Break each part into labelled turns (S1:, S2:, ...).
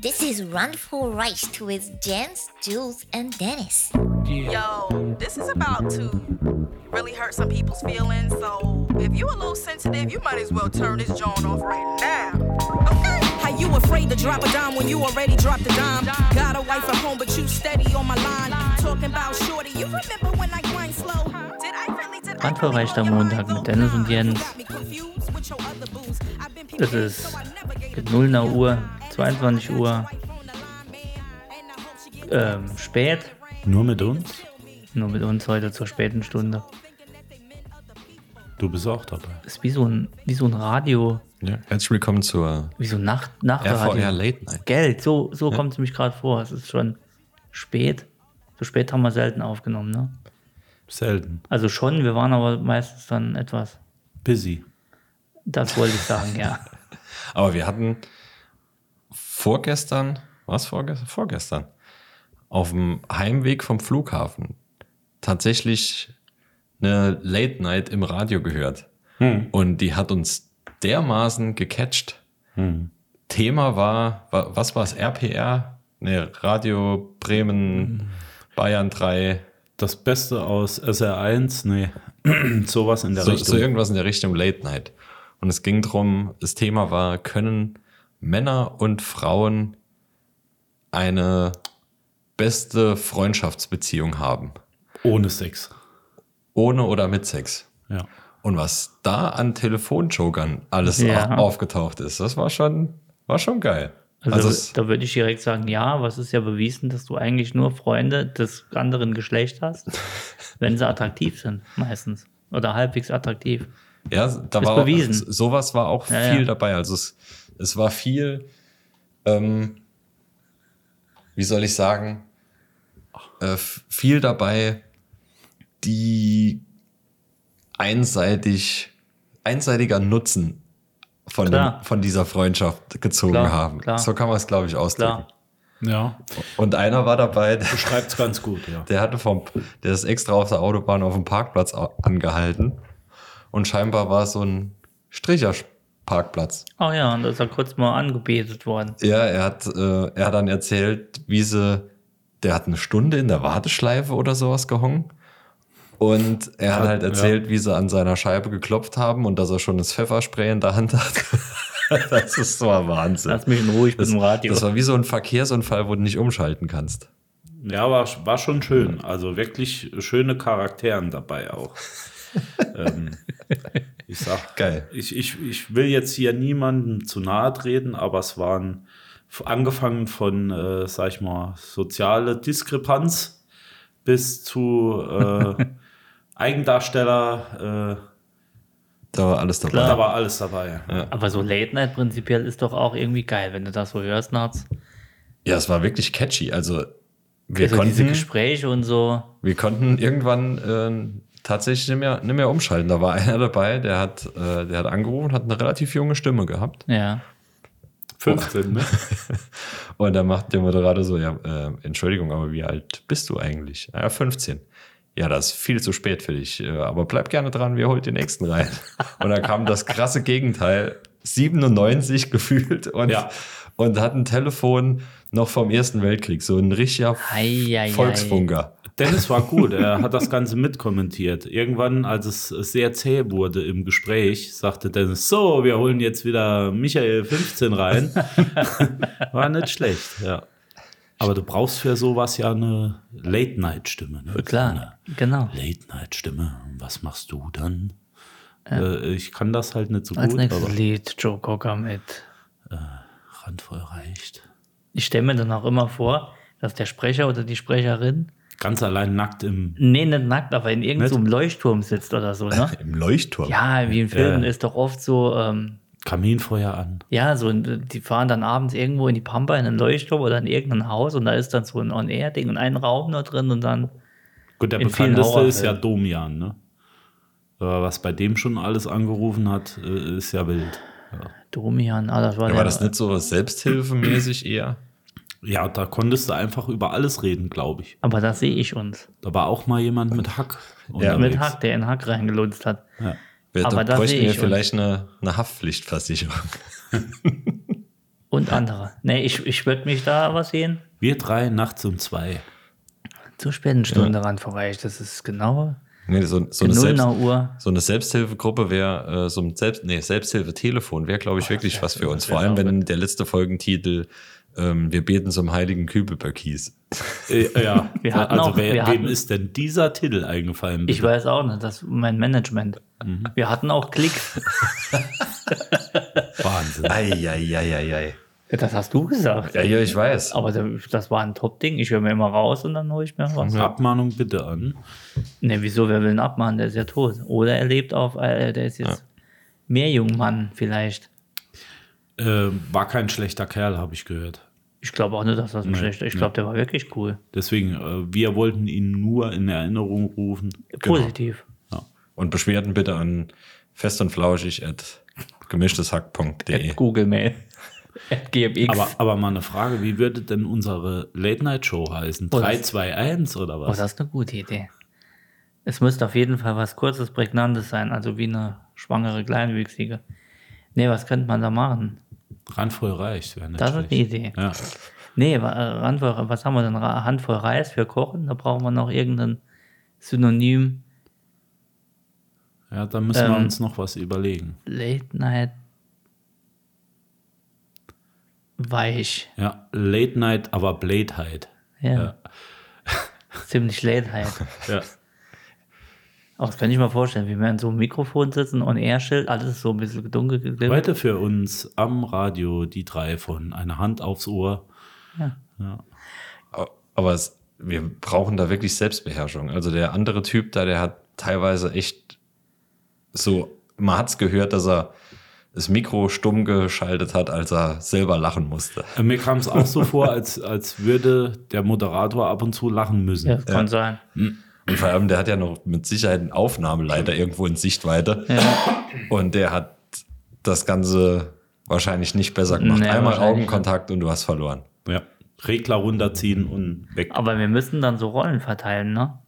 S1: This is Run for Rice with Jens, Jules, and Dennis.
S2: Yo, this is about to really hurt some people's feelings. So if you a little sensitive, you might as well turn this joint off right now. Okay.
S3: How you afraid to drop a dime when you already dropped a dime? Got a wife at home, but you steady on my line. Talking about shorty, you remember when I grind slow? Did I really, did I really
S4: Randverreichter
S3: blow your mind
S4: Montag mit
S3: though?
S4: Dennis und
S3: Nah, you
S4: Jens.
S3: got me confused with your other booze. I've been
S4: Es
S3: peeping,
S4: ist
S3: so I never gave a
S4: 0 Uhr, 22 Uhr
S3: Äh,
S4: ähm, spät.
S5: Nur mit uns?
S4: Nur mit uns heute zur späten Stunde.
S5: Du bist auch dabei.
S4: Ist wie so ein, wie so ein Radio,
S6: Ja, herzlich willkommen zur
S4: wie so ein Nacht, Nachtradio.
S6: RVR Late Night.
S4: Geld, so, so kommt es mich gerade vor. Es ist schon spät. So spät haben wir selten aufgenommen, ne?
S5: Selten.
S4: Also schon, wir waren aber meistens dann etwas.
S5: Busy.
S4: Das wollte ich sagen, ja.
S6: Aber wir hatten vorgestern, was vorgestern? Vorgestern. Auf dem Heimweg vom Flughafen tatsächlich eine Late Night im Radio gehört. Und die hat uns dermaßen gecatcht. Thema war, wa- was war es? RPR? Ne, Radio Bremen, Bayern 3.
S5: Das Beste aus SR1, nee, sowas in der
S6: so,
S5: Richtung.
S6: so irgendwas in der Richtung Late Night. Und es ging drum das Thema war, können Männer und Frauen eine beste Freundschaftsbeziehung haben?
S5: Ohne Sex.
S6: Ohne oder mit Sex?
S5: Ja.
S6: Und was da an Telefonjokern alles
S4: Ja.
S6: au- aufgetaucht ist, das war schon, war schon geil.
S4: Also,
S6: Also, es,
S4: da würde ich direkt sagen, ja, was ist ja bewiesen, dass du eigentlich nur Freunde des anderen Geschlechts hast, wenn sie attraktiv sind, meistens. Oder halbwegs attraktiv.
S6: ja, da
S4: ist
S6: war auch,
S4: bewiesen.
S6: so- sowas war auch
S4: Ja,
S6: viel
S4: ja.
S6: dabei. Also es, es war viel, ähm, wie soll ich sagen, äh, f- viel dabei, die einseitig, einseitiger Nutzen von, dem,
S4: Klar.
S6: von dieser Freundschaft gezogen
S4: Klar,
S6: haben.
S4: klar.
S6: So kann man es, glaube ich, ausdrücken.
S4: Klar.
S5: Ja.
S6: Und einer war dabei, der,
S5: Beschreibt's ganz gut, ja.
S6: der hatte vom, der ist extra auf der Autobahn auf dem Parkplatz au- angehalten. Und scheinbar war es so ein Stricherparkplatz.
S4: Oh ja, und da ist er kurz mal angebetet worden.
S6: Ja, er hat, äh, er hat dann erzählt, wie sie, der hat eine Stunde in der Warteschleife oder sowas gehongen. Und er hat
S5: Ja,
S6: halt erzählt, wie sie an seiner Scheibe geklopft haben und dass er schon das Pfefferspray in der Hand hat. das ist so ein Wahnsinn.
S4: Lass mich in Ruhe, ich bin
S6: das,
S4: im Radio.
S6: das war wie so ein Verkehrsunfall, wo du nicht umschalten kannst.
S5: Ja, war, war schon schön. Also wirklich schöne Charakteren dabei auch. ähm, ich sag,
S6: Geil.
S5: Ich, ich, ich will jetzt hier niemandem zu nahe treten, aber es waren f- angefangen von, äh, sag ich mal, soziale Diskrepanz bis zu äh, Eigendarsteller. Äh,
S6: Da war alles dabei.
S5: Da war alles dabei.
S4: Aber so Late Night prinzipiell ist doch auch irgendwie geil, wenn du das so hörst nachts.
S6: Ja, es war wirklich catchy. Also wir,
S4: Also diese
S6: konnten,
S4: Gespräche und so.
S6: wir konnten irgendwann äh, tatsächlich nicht mehr, nicht mehr umschalten. Da war einer dabei, der hat, äh, der hat angerufen, hat eine relativ junge Stimme gehabt.
S4: Ja.
S5: 15, ne?
S6: Und dann macht der Moderator so, ja, äh, Entschuldigung, aber wie alt bist du eigentlich? Ja, 15. Ja, das ist viel zu spät für dich. Äh, aber bleib gerne dran, wir holen den nächsten rein. Und dann kam das krasse Gegenteil. 97 gefühlt und,
S5: Ja.
S6: und hat ein Telefon noch vom Ersten Weltkrieg, so ein richtiger
S4: Eieiei.
S6: Volksfunker.
S5: Dennis war gut, er hat das Ganze mitkommentiert. Irgendwann, als es sehr zäh wurde im Gespräch, sagte Dennis, so, wir holen jetzt wieder Michael 15 rein. War nicht schlecht, ja. Aber du brauchst für sowas ja eine Late-Night-Stimme. Ne?
S4: Klar, genau.
S5: So eine Late-Night-Stimme. Was machst du dann? Äh, ich kann das halt nicht so
S4: Als
S5: gut,
S4: nächstes
S5: aber
S4: Lied Joe Cocker mit.
S5: randvoll reicht.
S4: Ich stelle mir dann auch immer vor, dass der Sprecher oder die Sprecherin,
S5: Ganz allein nackt im...
S4: nee, nicht nackt, aber in irgendeinem
S5: Nicht?
S4: so einem Leuchtturm sitzt oder so, ne?
S6: Im Leuchtturm.
S4: Ja, wie in Filmen
S5: Ja.
S4: ist doch oft so, ähm,
S5: Kaminfeuer an.
S4: ja, so, ein- die fahren dann abends irgendwo in die Pampa in einen Leuchtturm oder in irgendein Haus und da ist dann so ein On-Air-Ding und ein Raum nur drin und dann,
S5: Gut, der
S4: In vielen
S5: bekannteste ist ja
S4: Horrorfilmen.
S5: Domian, ne? Aber was bei dem schon alles angerufen hat, äh, ist ja wild.
S4: Domian, ah, das war,
S6: Ja,
S4: der,
S6: war das nicht so selbsthilfemäßig eher?
S5: Ja, da konntest du einfach über alles reden, glaube ich.
S4: aber das sehe ich uns.
S5: Da war auch mal jemand mit Hack.
S6: Ja,
S4: Mit
S5: unterwegs.
S4: Hack, der in Hack reingelunzt hat.
S5: Ja.
S6: Wir
S4: Aber
S6: da
S4: da
S6: bräuchten
S4: sehe
S6: wir
S4: ich
S6: vielleicht eine, eine Haftpflichtversicherung.
S4: und andere. Nee, ich, ich würde mich da was sehen.
S5: Wir drei nachts um zwei.
S4: Zur späten Stunde ran vorbei. Das ist genau
S6: Nee, so, so, eine Selbst,
S4: 0 Uhr.
S6: so eine Selbsthilfegruppe wäre, äh, so ein Selbst, nee, Selbsthilfetelefon wäre, glaube ich, wirklich was für uns.
S4: wär
S6: Vor allem, wenn
S4: sauber.
S6: der letzte Folgentitel ähm, Wir beten zum heiligen Kübelberg hieß.
S5: Äh, ja,
S4: Wir hatten
S5: also
S4: auch-
S5: wer,
S4: wir
S5: wem
S4: hatten-
S5: ist denn dieser Titel eingefallen?
S4: Ich weiß auch nicht, das ist mein Management.
S6: Mhm.
S4: Wir hatten auch Klicks.
S5: Wahnsinn.
S6: Eieieiei.
S4: Ja, Das hast du gesagt.
S6: Ja, ja, ich weiß.
S4: Aber da- das war ein Top-Ding. Ich höre mir immer raus und dann hole ich mir was.
S5: Abmahnung bitte an.
S4: Ne, wieso? Wer will ihn abmachen? Der ist ja tot. Oder er lebt auf, äh, der ist jetzt mehr Jungmann vielleicht.
S5: Äh, war kein schlechter Kerl, habe ich gehört.
S4: Ich glaube auch nicht, dass das ein schlechter Ich glaube, der war wirklich cool.
S5: Deswegen, äh, wir wollten ihn nur in Erinnerung rufen.
S6: Genau.
S4: Positiv.
S6: Und Beschwerden bitte an fest und flauschig at gemischteshack.de.
S4: Google Mail. At GMX.
S5: Aber, aber mal eine Frage, wie würde denn unsere Late-Night-Show heißen?
S4: Oh, das-
S5: 3, 2, 1 oder
S4: oh,
S5: was?
S4: das ist eine gute Idee. Es müsste auf jeden Fall was Kurzes, Prägnantes sein. Also wie eine schwangere Kleinwüchsige. Nee, was könnte man da machen?
S5: Randvoll reicht, wäre nicht
S4: Das ist
S5: schlecht.
S4: eine Idee.
S5: Ja.
S4: Nee, wa- äh, Handvoll, was haben wir denn? Ra- Handvoll Reis für Kochen? Da brauchen wir noch irgendein Synonym.
S5: ja, da müssen wir
S4: Ähm.
S5: uns noch was überlegen.
S4: Late Night. Weich.
S5: Ja, Late-Night, aber Blade-Halt.
S4: Ja. Ziemlich late halt.
S5: Ja.
S4: Auch das kann ich mir vorstellen, wie wir an so einem Mikrofon sitzen und Airschild, alles ist so ein bisschen dunkel geglimmt.
S5: Heute für uns am Radio die drei von einer Hand aufs Ohr.
S6: Aber es, wir brauchen da wirklich Selbstbeherrschung. Also der andere Typ da, der hat teilweise echt so, man hat's gehört, dass er das Mikro stumm geschaltet hat, als er selber lachen musste.
S5: Äh, Mir kam es auch so vor, als, als würde der Moderator ab und zu lachen müssen.
S4: Ja, das kann sein.
S6: Und vor allem, der hat ja noch mit Sicherheit einen Aufnahmeleiter irgendwo in Sichtweite. Und der hat das Ganze wahrscheinlich nicht besser gemacht.
S4: Nee,
S6: Einmal
S4: wahrscheinlich
S6: Augenkontakt und du hast verloren.
S5: Ja. Regler runterziehen und weg.
S4: Aber wir müssen dann so Rollen verteilen, ne?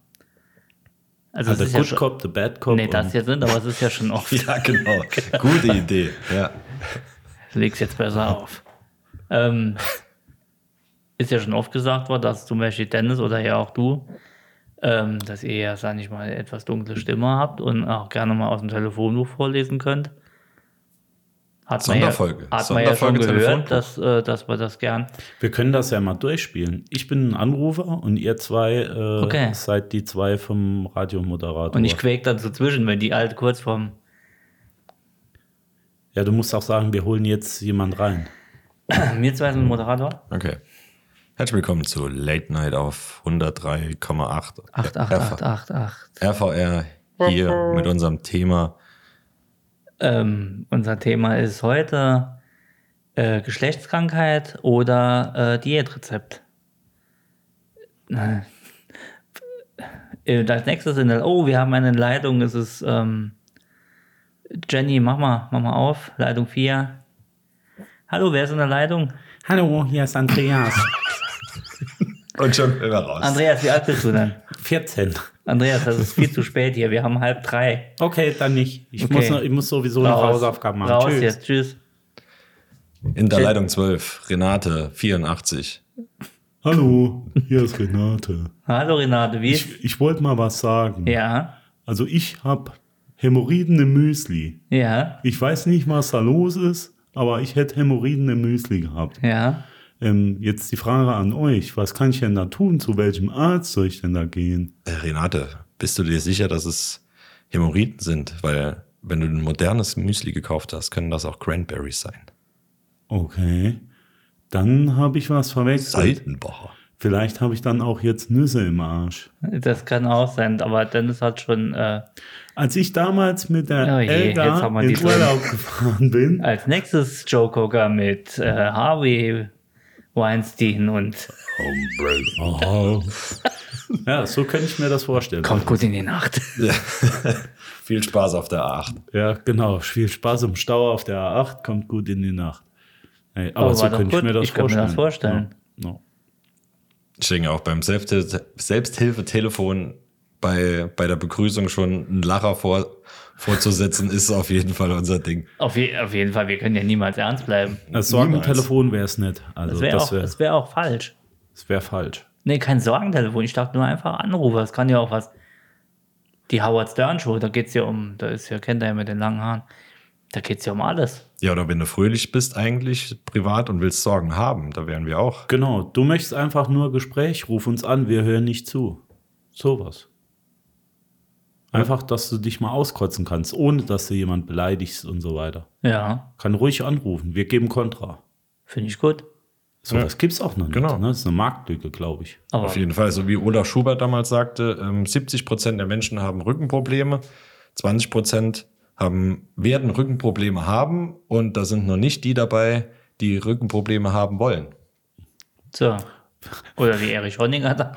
S4: Also,
S5: Also
S4: es ist
S5: the
S4: ja
S5: good
S4: schon,
S5: cop, the bad cop.
S4: Nee, das
S5: und-
S4: jetzt nicht, aber es ist ja schon oft.
S6: Ja, genau. Gute Idee. Ja.
S4: leg's jetzt besser auf. Ähm, ist ja schon oft gesagt worden, dass zum Beispiel Dennis oder ja auch du, ähm, dass ihr ja, sag ich mal, etwas dunkle Stimme habt und auch gerne mal aus dem Telefonbuch vorlesen könnt. Hat man
S6: Sonderfolge.
S4: Ja, hat man
S6: Sonderfolge
S4: ja schon gehört,
S6: Telefonbuch.
S4: dass, äh, dass wir das gern.
S5: Wir können das ja mal durchspielen. Ich bin ein Anrufer und ihr zwei äh,
S4: Okay.
S5: seid die zwei vom Radiomoderator.
S4: Und ich quäk dann so zwischen, wenn die alt kurz vorm.
S5: ja, du musst auch sagen, wir holen jetzt jemand rein.
S4: Mir zwei sind Moderator.
S6: Okay. Herzlich willkommen zu Late Night auf 103,8
S4: 8, 8, 8, 8, 8.
S6: RVR hier mit unserem Thema.
S4: Ähm, unser Thema ist heute äh, Geschlechtskrankheit oder äh, Diätrezept. Äh, Als nächstes in der, oh, wir haben eine Leitung, es ist ähm, Jenny, mach mal, mach mal auf, Leitung 4. Hallo, wer ist in der Leitung?
S5: Hallo, hier ist Andreas.
S6: Und schon immer raus.
S4: Andreas, wie alt bist du denn?
S5: 14.
S4: Andreas, das ist viel zu spät hier, wir haben halb drei.
S5: Okay, dann nicht. Ich,
S4: Okay.
S5: muss, noch, ich muss sowieso noch Hausaufgaben machen.
S4: raus
S5: Tschüss.
S4: jetzt, tschüss.
S6: In der Leitung 12, Renate, 84.
S5: Hallo, hier ist Renate.
S4: Hallo Renate, wie ist?
S5: Ich, ich wollte mal was sagen.
S4: Ja,
S5: Also ich habe Hämorrhoiden im Müsli.
S4: ja,
S5: Ich weiß nicht, was da los ist, aber ich hätte Hämorrhoiden im Müsli gehabt.
S4: ja.
S5: Ähm, jetzt die Frage an euch, was kann ich denn da tun? Zu welchem Arzt soll ich denn da gehen?
S6: Äh, Renate, bist du dir sicher, dass es Hämorrhoiden sind? Weil, wenn du ein modernes Müsli gekauft hast, können das auch Cranberries sein.
S5: Okay, dann habe ich was verwechselt.
S6: Seitenbacher.
S5: Vielleicht habe ich dann auch jetzt Nüsse im Arsch.
S4: Das kann auch sein, aber Dennis hat schon äh,
S5: Als ich damals mit der
S4: Oh je, jetzt haben
S5: Elga
S4: wir die
S5: in
S4: drin.
S5: Urlaub gefahren bin,
S4: als nächstes Joe Cocker mit äh, Harvey Weinstein und Oh.
S5: ja, so könnte ich mir das vorstellen.
S4: kommt gut in die Nacht.
S6: Viel Spaß auf der A8.
S5: Ja, genau. Viel Spaß im Stau auf der A8, kommt gut in die Nacht. Ey, aber
S4: Oh,
S5: so
S4: war doch
S5: könnte ich
S4: gut.
S5: mir das
S4: Ich könnte
S5: vorstellen.
S4: mir das vorstellen.
S5: Ja, ja.
S6: Ich denke auch beim Selbsthil- Selbsthilfetelefon bei, bei der Begrüßung schon einen Lacher vor, vorzusetzen, ist auf jeden Fall unser Ding.
S4: Auf, je, auf jeden Fall, wir können ja niemals ernst bleiben.
S5: Ein Sorgentelefon wäre es nicht. Also
S4: Das wäre
S5: das
S4: auch,
S5: wäre
S4: das wär auch falsch.
S5: wär falsch.
S4: Nee, kein Sorgentelefon. Ich dachte nur einfach Anrufe. Das kann ja auch was. Die Howard Stern Show, da geht's ja um, da ist ja, kennt er ja mit den langen Haaren. Da geht's ja um alles.
S6: Ja, oder wenn du fröhlich bist eigentlich privat und willst Sorgen haben, da wären wir auch.
S5: Genau, du möchtest einfach nur Gespräch, ruf uns an, wir hören nicht zu. Sowas. Einfach, dass du dich mal auskotzen kannst, ohne dass du jemand beleidigst und so weiter.
S4: Ja,
S5: Kann ruhig anrufen, wir geben Kontra.
S4: finde ich gut.
S5: Sowas gibt's auch noch nicht.
S6: Genau.
S5: Ne? Das ist eine Marktlücke, glaube ich.
S4: Aber
S6: Auf jeden Fall, so wie Olaf Schubert damals sagte, ähm, 70 Prozent der Menschen haben Rückenprobleme, 20 Prozent haben, werden Rückenprobleme haben und da sind noch nicht die dabei, die Rückenprobleme haben wollen.
S4: so. Oder wie Erich Honninger da.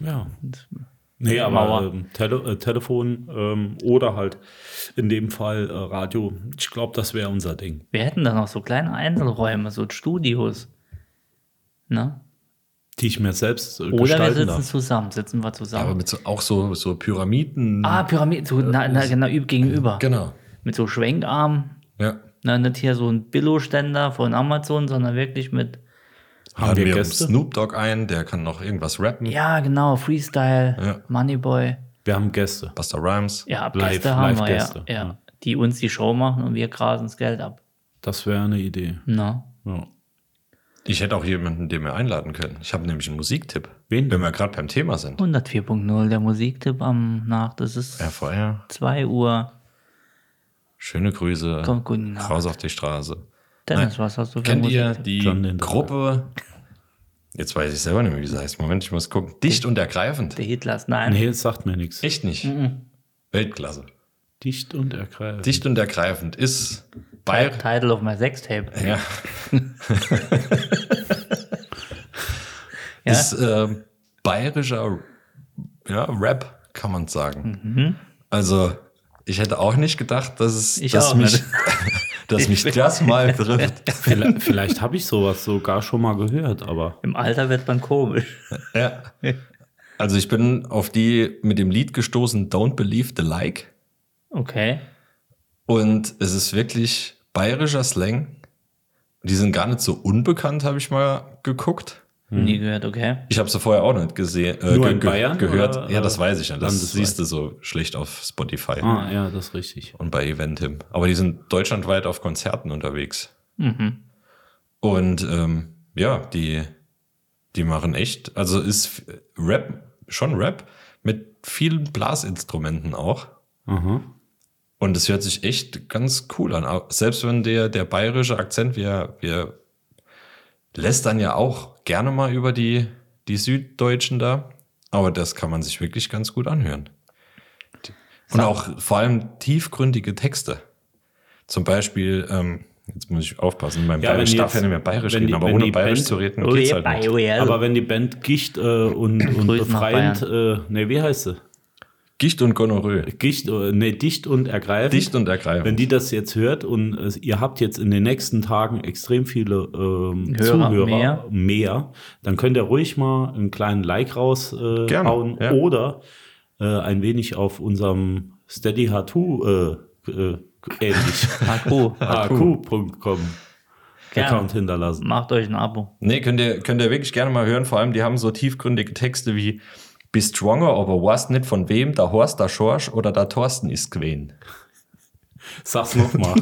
S5: Ja. Nee, aber
S4: Mauer.
S5: ähm, Tele äh, Telefon ähm, oder halt in dem Fall äh, Radio. Ich glaube, das wäre unser Ding.
S4: Wir hätten da noch so kleine Einzelräume, so Studios. Ne?
S5: Die ich mir selbst äh,
S4: Oder wir
S5: gestalten
S4: sitzen
S5: darf.
S4: zusammen, sitzen wir zusammen.
S6: Aber mit so, auch so, so Pyramiden.
S4: ah, Pyramiden, so na, na, genau, üb- gegenüber.
S6: Genau.
S4: Mit so Schwenkarmen.
S6: Ja.
S4: Na, nicht hier so ein Billo-Ständer von Amazon, sondern wirklich mit,
S5: Haben wir
S6: Laden
S5: Gäste?
S6: Snoop Dogg ein, der kann noch irgendwas rappen.
S4: ja genau, Freestyle,
S6: Ja.
S4: Moneyboy.
S5: Wir haben Gäste.
S6: Busta Rhymes.
S4: Ja, ab
S5: Live-
S4: Gäste haben wir
S5: Live-Gäste,
S4: ja, ja.
S5: ja.
S4: Die uns die Show machen und wir grasen das Geld ab. ne?
S5: Das wäre eine Idee.
S4: Na?
S5: Ja.
S6: Ich hätte auch jemanden, den wir einladen können. Ich habe nämlich einen Musiktipp.
S5: Wen? Hm.
S6: Wenn wir gerade beim Thema sind.
S4: 104.0, der Musiktipp am Nacht. Das ist
S6: Ja, vorher.
S4: 2 Uhr.
S6: Schöne Grüße.
S4: Kommt gut nach.
S6: Raus auf die Straße.
S4: Dennis, was hast du für
S6: Kennt ihr
S4: Musiktipp?
S6: die
S5: John Lindner.
S6: Gruppe? Jetzt weiß ich selber nicht mehr, wie sie heißt. Moment, ich muss gucken. Dicht und ergreifend.
S4: Der Hitlers, nein.
S5: Nee, das sagt mir nichts.
S6: Echt nicht.
S4: Mhm.
S6: Weltklasse.
S5: Dicht und ergreifend.
S6: Dicht und ergreifend ist Bayer.
S4: Title of my Sextape.
S6: Ja.
S4: Ja?
S6: Ist ähm, bayerischer ja, Rap, kann man sagen. Also, ich hätte auch nicht gedacht, dass es
S4: Mhm. Ich
S6: dass
S4: auch
S6: mich,
S4: nicht.
S6: dass mich das mal trifft.
S5: Vielleicht, vielleicht habe ich sowas sogar schon mal gehört, aber
S4: Im Alter wird man komisch.
S6: Ja. Also, ich bin auf die mit dem Lied gestoßen, Don't Believe the Like.
S4: Okay.
S6: Und es ist wirklich bayerischer Slang. Die sind gar nicht so unbekannt, habe ich mal geguckt.
S4: Nie gehört, okay.
S6: Ich habe sie vorher auch nicht gesehen, äh,
S5: Nur
S6: ge
S5: in
S6: ge-
S5: Bayern
S6: gehört.
S5: oder,
S6: ja, das
S5: äh,
S6: weiß ich nicht. Das
S5: landesweit?
S6: siehst du so schlecht auf Spotify
S5: ah, ja, das ist richtig.
S6: und bei Eventim. Aber die sind deutschlandweit auf Konzerten unterwegs. Und ähm, ja, die, die machen echt, also ist Rap, schon Rap, mit vielen Blasinstrumenten auch.
S5: Aha.
S6: Und es hört sich echt ganz cool an. Auch Selbst wenn der, der bayerische Akzent, wir, wir lässt dann ja auch gerne mal über die, die Süddeutschen da. Aber das kann man sich wirklich ganz gut anhören. Und auch vor allem tiefgründige Texte. Zum Beispiel, ähm, jetzt muss ich aufpassen, beim
S5: Ja, wenn
S6: Bayerisch
S5: die jetzt-
S6: darf ja nicht mehr Bayerisch
S5: wenn
S6: reden,
S5: die-
S6: aber
S5: wenn
S6: ohne
S5: die
S6: Bayerisch
S5: Band-
S6: zu reden
S4: Oh,
S6: geht's
S4: yeah,
S6: halt nicht.
S4: by well.
S5: Aber wenn die Band Gicht äh, und, und
S4: Grüße nach
S5: befreiend, äh, nee, wie heißt sie?
S6: Gicht und Gonorrhoe.
S5: Gicht, äh, nee, dicht und ergreifend.
S6: Dicht und
S5: Wenn
S6: ergreifend.
S5: die das jetzt hört und äh, ihr habt jetzt in den nächsten Tagen extrem viele ähm,
S4: Hörer
S5: Zuhörer
S4: mehr.
S5: mehr. dann könnt ihr ruhig mal einen kleinen Like raushauen äh,
S6: Gerne,
S5: hauen
S6: ja.
S5: oder äh, ein wenig auf unserem Steady H2 äh, äh, ähnlich
S4: Haku,
S5: hq.com
S4: gerne.
S5: Account hinterlassen.
S4: Macht euch ein Abo.
S6: Nee, könnt ihr, könnt ihr wirklich gerne mal hören. Vor allem, die haben so tiefgründige Texte wie Be stronger, aber was nicht von wem, da Horst, da Schorsch oder da Thorsten ist gewesen.
S5: Sag's nochmal.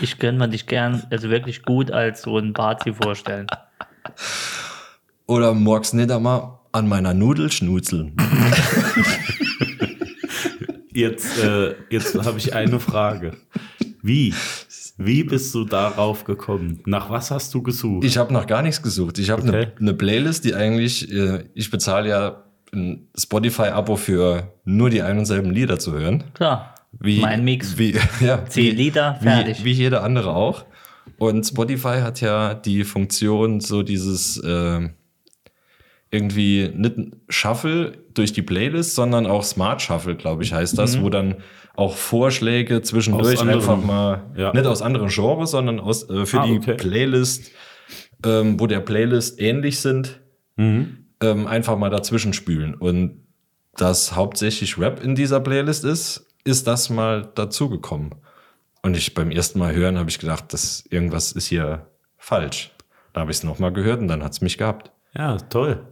S4: Ich könnte mir dich gern, also wirklich gut als so ein Party vorstellen.
S6: Oder morgs nicht einmal an meiner Nudel schnuzeln.
S5: Jetzt, äh, jetzt habe ich eine Frage. Wie? Wie bist du darauf gekommen? Nach was hast du gesucht?
S6: Ich habe noch gar nichts gesucht. Ich habe eine
S5: Okay.
S6: ne Playlist, die eigentlich, äh, ich bezahle ja ein Spotify-Abo für nur die ein und selben Lieder zu hören.
S4: Klar.
S6: Wie,
S4: mein Mix.
S6: Wie, ja,
S4: Zehn
S6: wie-
S4: Lieder, fertig.
S6: Wie, wie jeder andere auch. Und Spotify hat ja die Funktion, so dieses ähm, irgendwie nicht Shuffle durch die Playlist, sondern auch Smart Shuffle, glaube ich, heißt das, wo dann auch Vorschläge zwischendurch
S5: Mhm. Aus anderen-
S6: einfach mal,
S5: ja.
S6: nicht aus anderen Genres, sondern aus, äh, für
S5: Ah,
S6: die
S5: okay.
S6: Playlist, ähm,
S5: Mhm.
S6: wo der Playlist ähnlich sind, ähm, einfach mal dazwischen spülen. Und dass hauptsächlich Rap in dieser Playlist ist, ist das mal dazugekommen. Und ich beim ersten Mal hören habe ich gedacht, dass irgendwas ist hier falsch. Da habe ich es nochmal gehört und dann hat es mich gehabt.
S5: Ja, toll.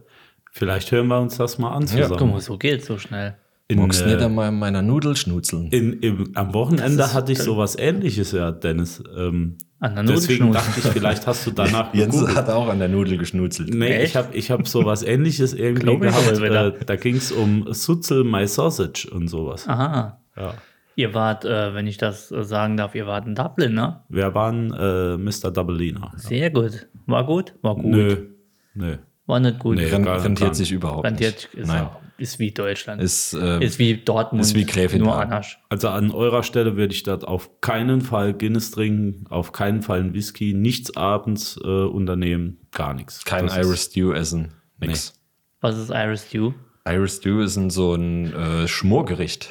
S5: Vielleicht hören wir uns das mal an
S6: Ja,
S4: Guck
S5: zusammen.
S4: mal, so geht's so schnell.
S5: in,
S6: Magst nicht
S5: äh,
S6: einmal in meiner Nudel schnutzeln.
S5: in, im, am Wochenende hatte ich sowas ähnliches ja, Dennis. Ähm,
S4: An der Nudel
S5: deswegen
S4: schnusen.
S5: dachte ich, vielleicht hast du danach
S6: Jens
S5: gegoogelt.
S6: hat auch an der Nudel geschnutzelt.
S5: Nee,
S4: Echt?
S5: ich habe ich hab sowas ähnliches irgendwie
S4: Glaub ich
S5: gehabt.
S4: wohl wieder.
S5: Äh, da ging es um Sutzel My Sausage und sowas.
S4: Aha.
S5: Ja.
S4: Ihr wart, äh, wenn ich das äh, sagen darf, ihr wart in Dublin, ne?
S5: Wir waren äh, Mr. Doubleina.
S4: Sehr gut. War gut? War gut.
S5: Nö, nö.
S4: War nicht gut.
S5: Nee.
S6: Ren-
S5: gar nicht
S6: Rentiert
S5: dran.
S6: sich überhaupt
S4: Rentiert
S6: nicht.
S4: ist,
S6: Nein.
S4: ist wie Deutschland.
S6: Ist, äh,
S4: Ist wie Dortmund.
S6: ist wie Gräfin
S4: Nur
S6: Park.
S4: anders.
S5: Also an eurer Stelle würde ich dort auf keinen Fall Guinness trinken, auf keinen Fall einen Whisky, nichts abends äh, unternehmen, gar nichts.
S6: kein
S5: Das
S6: Irish
S5: ist-
S6: Stew essen. Nix.
S4: Was ist Irish Stew?
S6: Irish Stew ist ein, so ein äh, Schmorgericht.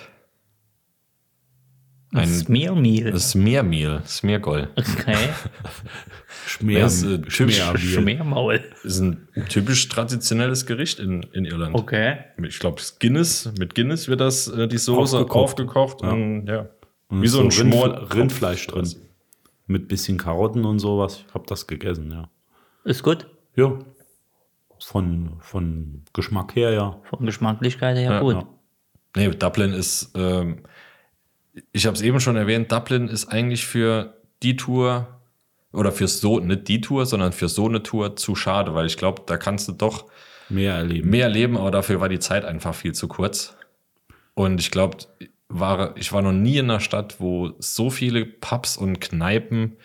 S4: Ein
S6: Ein-
S4: Smearmeal.
S6: Smearmeal, Smeargol.
S4: Okay.
S5: Schmier,
S6: Das, äh,
S5: Schmierbier.
S4: Schmeermaul.
S6: Ist ein typisch traditionelles Gericht in, in Irland.
S4: Okay.
S6: Ich glaube, Guinness, mit Guinness wird das, äh, die Soße
S5: Aufgekocht.
S6: aufgekocht, und ja.
S5: Und
S6: Wie so ein
S5: Rindfle-
S6: Schmor
S5: Rindfleisch drin. Mit bisschen Karotten und sowas. Ich habe das gegessen, ja.
S4: Ist gut.
S5: Ja. Von, von Geschmack her, ja.
S4: Von Geschmacklichkeit her
S6: Ja,
S4: gut.
S5: ja.
S6: Nee, Dublin ist, ähm, ich habe es eben schon erwähnt, Dublin ist eigentlich für die Tour oder für so, nicht die Tour, sondern für so eine Tour zu schade, weil ich glaube, da kannst du doch
S5: Mehr erleben.
S6: mehr erleben, aber dafür war die Zeit einfach viel zu kurz. Und ich glaube, war, ich war noch nie in einer Stadt, wo so viele Pubs und Kneipen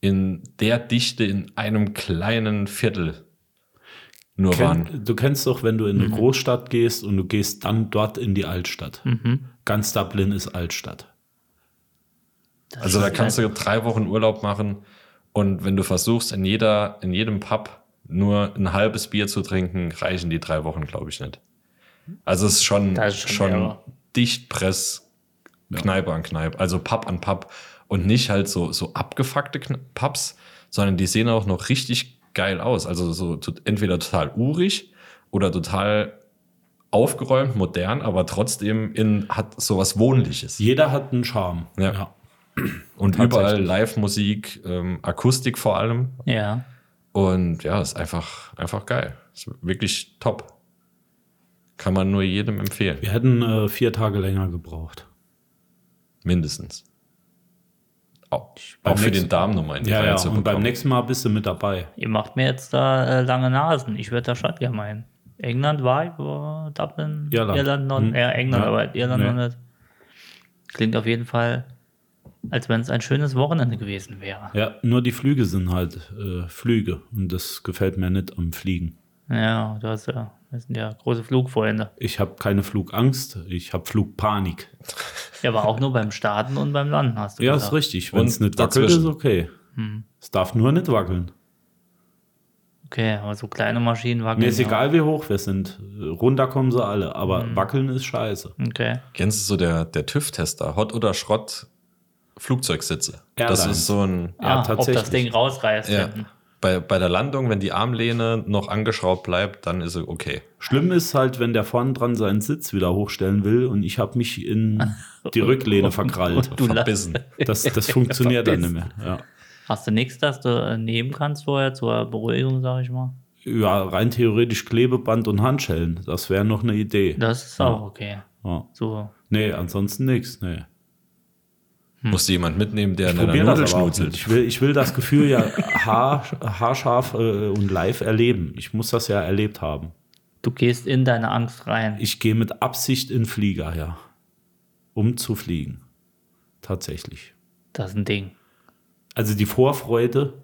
S6: in der Dichte in einem kleinen Viertel nur waren.
S5: Ken, du kennst doch, wenn du in eine Großstadt gehst und du gehst dann dort in die Altstadt. Ganz Dublin ist Altstadt.
S4: Das
S6: Also da
S4: ist halt
S6: kannst du drei Wochen Urlaub machen und wenn du versuchst, in jeder, in jedem Pub nur ein halbes Bier zu trinken, reichen die drei Wochen, glaube ich, nicht. Also es ist schon,
S4: Das ist schon
S6: schon,
S4: irre.
S6: Dichtpress, Kneipe an Kneipe, also Pub an Pub und nicht halt so, so abgefuckte Kn- Pubs, sondern die sehen auch noch richtig geil aus. Also so to- entweder total urig oder total aufgeräumt, modern, aber trotzdem in, hat sowas Wohnliches.
S5: Jeder hat einen Charme.
S6: Ja. Und überall Live-Musik, ähm, Akustik vor allem.
S4: Ja.
S6: Und ja, ist einfach, einfach geil. Ist wirklich top. Kann man nur jedem empfehlen.
S5: Wir hätten äh, vier Tage länger gebraucht.
S6: Mindestens. Auch,
S5: Beim
S6: auch für
S5: nächsten-
S6: den Darm nochmal in die
S5: Ja,
S6: Reihe
S5: ja.
S6: zu
S5: Und
S6: bekommen.
S5: beim nächsten Mal bist du mit dabei.
S4: Ihr macht mir jetzt da äh, lange Nasen. Ich werde da schon gerne meinen. England war ich, war Dublin,
S5: Irland.
S4: Irland, noch,
S5: Hm.
S4: ja, England,
S5: Ja.
S4: aber Irland
S5: Nee.
S4: noch nicht. Klingt auf jeden Fall, als wenn es ein schönes Wochenende gewesen wäre.
S5: Ja, nur die Flüge sind halt äh, Flüge. Und das gefällt mir nicht am Fliegen.
S4: Ja, du hast ja, das sind ja große Flugfreunde.
S5: Ich habe keine Flugangst, ich habe Flugpanik.
S4: Ja, aber auch nur beim Starten und beim Landen hast du
S5: Ja,
S4: gesagt.
S5: ist richtig. Wenn es
S6: Und
S5: nicht wackelt,
S6: dazwischen.
S5: ist okay.
S4: Hm.
S5: Es darf nur nicht wackeln.
S4: Okay, aber so kleine Maschinen wackeln.
S5: Mir ist
S4: ja.
S5: egal, wie hoch wir sind. Runter kommen sie alle, aber
S4: Hm.
S5: wackeln ist scheiße.
S4: Okay.
S6: Kennst du so der, der TÜV-Tester? Hot oder Schrott Flugzeugsitze. Das
S5: Airlines.
S6: ist so ein.
S5: Ja,
S4: ah, ob das
S5: tatsächlich.
S4: Ding rausreißt.
S6: Ja.
S4: hinten.
S6: Bei, bei der Landung, wenn die Armlehne noch angeschraubt bleibt, dann ist sie okay.
S5: Schlimm ist halt, wenn der vorn dran seinen Sitz wieder hochstellen will und ich habe mich in die Rücklehne verkrallt.
S4: Du lachst.
S6: Verbissen.
S5: Das, das funktioniert dann nicht mehr. Ja.
S4: Hast du nichts, das du äh, nehmen kannst vorher zur Beruhigung, sag ich mal?
S5: ja, rein theoretisch Klebeband und Handschellen. Das wäre noch eine Idee.
S4: Das ist auch okay.
S5: Ja.
S4: So,
S5: Nee, ansonsten nichts. Nee.
S6: Musste jemand mitnehmen, der in einer
S5: Probier
S6: Nudel
S5: das aber auch
S6: schnutzelt.
S5: nicht. Ich will, ich will das Gefühl ja haar, haarscharf äh, und live erleben. Ich muss das ja erlebt haben.
S4: du gehst in deine Angst rein.
S5: Ich gehe mit Absicht in Flieger, ja. Um zu fliegen. Tatsächlich.
S4: Das ist ein Ding.
S5: Also die Vorfreude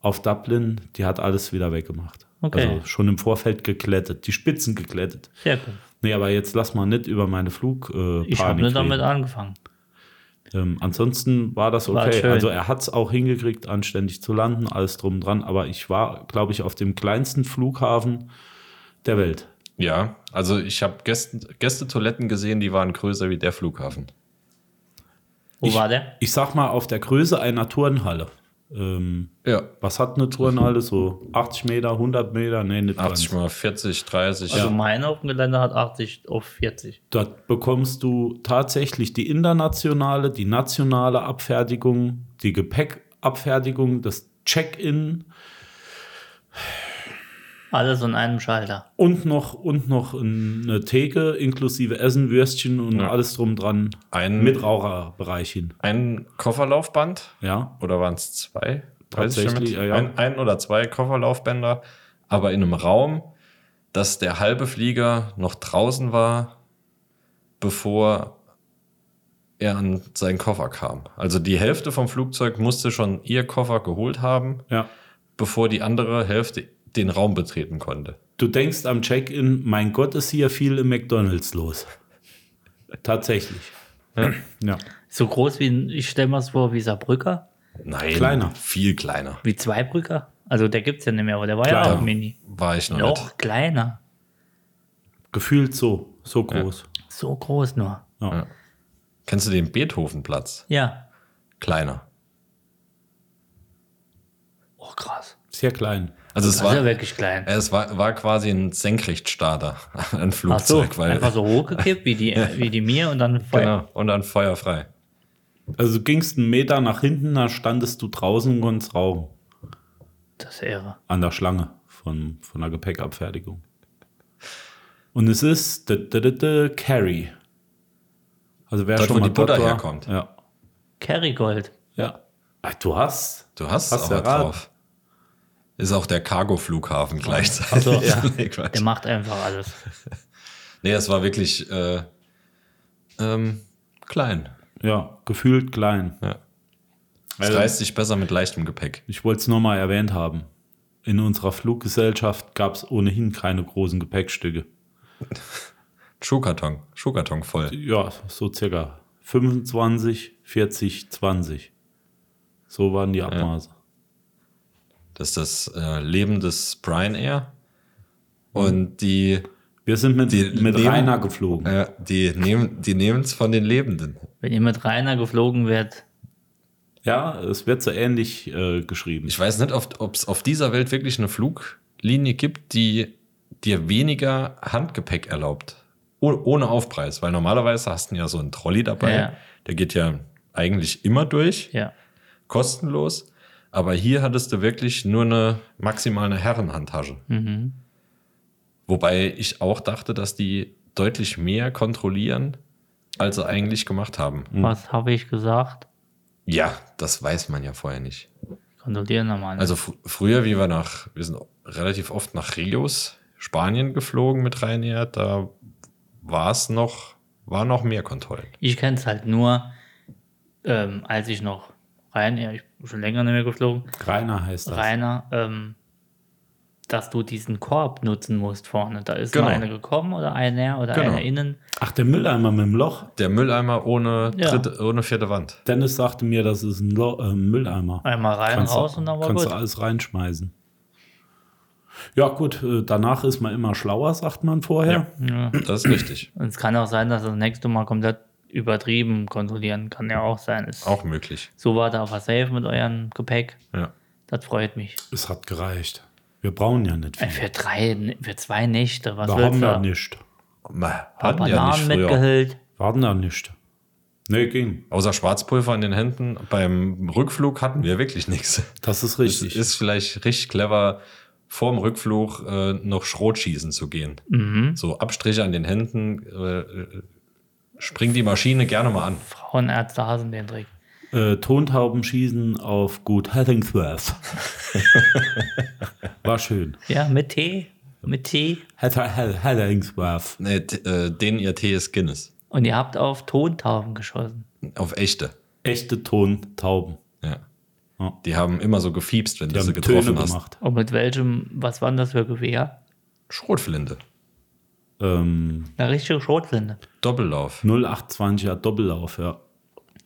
S5: auf Dublin, die hat alles wieder weggemacht.
S4: Okay.
S5: Also schon im Vorfeld geklettet, die Spitzen geklettet.
S4: Sehr gut.
S5: Nee, aber jetzt lass mal nicht über meine Flugpanik äh,
S4: Ich habe
S5: Panik
S4: nur damit
S5: reden.
S4: angefangen.
S5: Ähm, ansonsten war das
S4: War
S5: okay.
S4: schön.
S5: also er hat es auch hingekriegt, anständig zu landen, alles drum und dran. Aber ich war, glaube ich, auf dem kleinsten Flughafen der Welt.
S6: Ja, also ich habe Gäste, Gästetoiletten gesehen, die waren größer wie der Flughafen.
S4: Wo
S5: ich,
S4: war der?
S5: Ich sag mal, auf der Größe einer Turnhalle. Ähm,
S6: Ja.
S5: was hat eine Tour denn alles so? 80 Meter, 100 Meter? Nee, nicht
S6: 80
S5: ganz.
S6: mal 40, 30.
S4: Also meine auf dem Gelände hat 80 auf 40.
S5: Dort bekommst du tatsächlich die internationale, die nationale Abfertigung, die Gepäckabfertigung, das Check-in
S4: Alles an einem Schalter.
S5: und noch, und noch eine Theke inklusive Essen, Würstchen und alles drum dran.
S6: Ein-
S5: mit Raucherbereich hin.
S6: Ein Kofferlaufband
S5: Ja.
S6: oder waren es zwei? Weiß ich
S5: Tatsächlich,
S6: nicht.
S5: ja, ja.
S6: Ein, ein oder zwei Kofferlaufbänder, aber in einem Raum, dass der halbe Flieger noch draußen war, bevor er an seinen Koffer kam. Also die Hälfte vom Flugzeug musste schon ihr Koffer geholt haben,
S5: Ja.
S6: bevor die andere Hälfte den Raum betreten konnte.
S5: Du denkst am Check-in, mein Gott, ist hier viel im McDonalds los. Tatsächlich. Ja.
S4: So groß wie, ein- ich stelle mir es vor, wie Saarbrücker,
S6: Nein,
S5: Kleiner.
S6: viel kleiner.
S4: wie Zweibrücker. Also der gibt es ja nicht mehr, aber der war ja
S5: Kleiner.
S4: auch mini.
S6: War ich noch nicht.
S4: Noch kleiner.
S5: Gefühlt so, so groß.
S4: So groß nur.
S6: Kennst du den Beethovenplatz?
S4: Ja.
S6: Kleiner.
S4: Oh, krass.
S5: Sehr klein.
S6: Also es
S4: Das
S6: war
S4: ist ja wirklich klein.
S6: Ja, Es war, war quasi ein Senkrechtstarter an
S4: Ach so,
S6: Flugzeug, weil
S4: einfach so hochgekippt wie die, wie die mir und dann Feuer.
S6: genau, und dann feuerfrei.
S5: Also du gingst einen Meter nach hinten, da standest du draußen und konntest rauchen.
S4: Das ist irre.
S5: An der Schlange von, von der Gepäckabfertigung. Und es ist d -d -d -d Carry. Also wer
S6: Dort,
S5: schon
S6: wo
S5: mal
S6: die Butter
S5: dort war,
S6: herkommt.
S5: Ja.
S4: Kerrygold.
S5: ja. Ah, du hast.
S6: Du hast es
S5: Hast
S6: auch
S5: ja Rad.
S6: drauf. Ist auch der Cargo-Flughafen gleichzeitig.
S4: so, ja.
S6: nee, Quatsch.
S4: Der macht einfach alles.
S6: nee, das war wirklich äh, ähm, klein.
S5: Ja, gefühlt klein.
S6: Es
S5: Also-
S6: reißt sich besser mit leichtem Gepäck.
S5: Ich wollte es nur mal erwähnt haben. In unserer Fluggesellschaft gab es ohnehin keine großen Gepäckstücke.
S6: Schuhkarton, Schuhkarton voll.
S5: Ja, so circa 25, 40, 20. So waren die Abmaße.
S6: Das ist das äh, Leben des Brian Air. Und die,
S5: Wir sind mit,
S6: Die
S5: mit
S6: nehmen-
S5: Rainer geflogen.
S6: äh, die nehmen die es von den Lebenden.
S4: Wenn ihr mit Rainer geflogen werdet,
S5: Ja, es wird so ähnlich äh, geschrieben.
S6: Ich weiß nicht, ob es auf dieser Welt wirklich eine Fluglinie gibt, die dir weniger Handgepäck erlaubt. Oh, ohne Aufpreis, weil normalerweise hast du ja so einen Trolley dabei.
S4: Ja.
S6: Der geht ja eigentlich immer durch,
S4: ja.
S6: kostenlos. Aber hier hattest du wirklich nur eine maximal eine Herrenhandtasche.
S4: Mhm.
S6: Wobei ich auch dachte, dass die deutlich mehr kontrollieren, als sie eigentlich gemacht haben.
S4: Was habe ich gesagt?
S6: Ja, das weiß man ja vorher nicht.
S4: Kontrollieren nochmal.
S6: Also fr früher, wie wir nach, wir sind relativ oft nach Rios, Spanien geflogen mit Ryanair, da war es noch, war noch mehr Kontrollen.
S4: Ich kenne es halt nur, ähm, als ich noch Rainer, ich bin schon länger nicht mehr geflogen,
S5: Rainer heißt das.
S4: Rainer, ähm, dass du diesen Korb nutzen musst vorne. Da ist
S6: Genau.
S4: nur einer gekommen oder einer oder
S6: Genau.
S4: einer innen.
S5: Ach, der Mülleimer mit dem Loch.
S6: Der Mülleimer ohne,
S4: Ja.
S6: dritte, ohne vierte Wand.
S5: Dennis sagte mir, das ist ein Lo äh, Mülleimer.
S4: Einmal rein,
S5: kannst
S4: raus
S5: du,
S4: und dann war
S5: kannst
S4: gut.
S5: du alles reinschmeißen. Ja, gut, äh, danach ist man immer schlauer, sagt man vorher.
S6: Das ist richtig.
S4: Und es kann auch sein, dass das nächste Mal komplett übertrieben kontrollieren kann. Ja, auch sein. Ist,
S6: Auch möglich.
S4: So war da auf der Safe mit eurem Gepäck.
S6: Ja.
S4: Das freut mich.
S5: Es hat gereicht. Wir brauchen ja nicht
S4: Ey,
S5: viel.
S4: Für drei, für zwei Nächte, was
S5: Da
S4: willst
S5: haben
S4: du?
S5: wir nicht.
S6: Wir
S4: Paar
S6: hatten ja nicht
S4: Bananen
S6: früher.
S4: mitgehüllt.
S5: Wir hatten da nicht. Nee, ging.
S6: Außer Schwarzpulver in den Händen. Beim Rückflug hatten wir wirklich nichts.
S5: Das ist
S6: Es
S5: richtig.
S6: ist vielleicht richtig clever, vor dem Rückflug äh, noch Schrot schießen zu gehen.
S4: Mhm.
S6: So Abstriche an den Händen, äh, äh, springt die Maschine gerne mal an.
S4: Frauenärzte hassen den Trick.
S5: äh, Tontauben schießen auf gut Hattingsworth. War schön.
S4: Ja, mit Tee. Mit Tee.
S5: Hattingsworth.
S6: Nee, t- äh, den ihr Tee ist Guinness.
S4: Und ihr habt auf Tontauben geschossen.
S6: Auf echte.
S5: Echte Tontauben.
S6: Ja.
S5: Ja.
S6: Die haben immer so gefiepst, wenn
S5: Die
S6: du sie
S5: haben
S6: getroffen
S5: Töne
S6: hast.
S5: gemacht.
S4: Und mit welchem, was war denn das für ein Gewehr?
S6: Schrotflinte.
S5: Ähm,
S4: Eine richtige Schrotflinte.
S6: Doppellauf.
S5: 0820er Doppellauf, ja.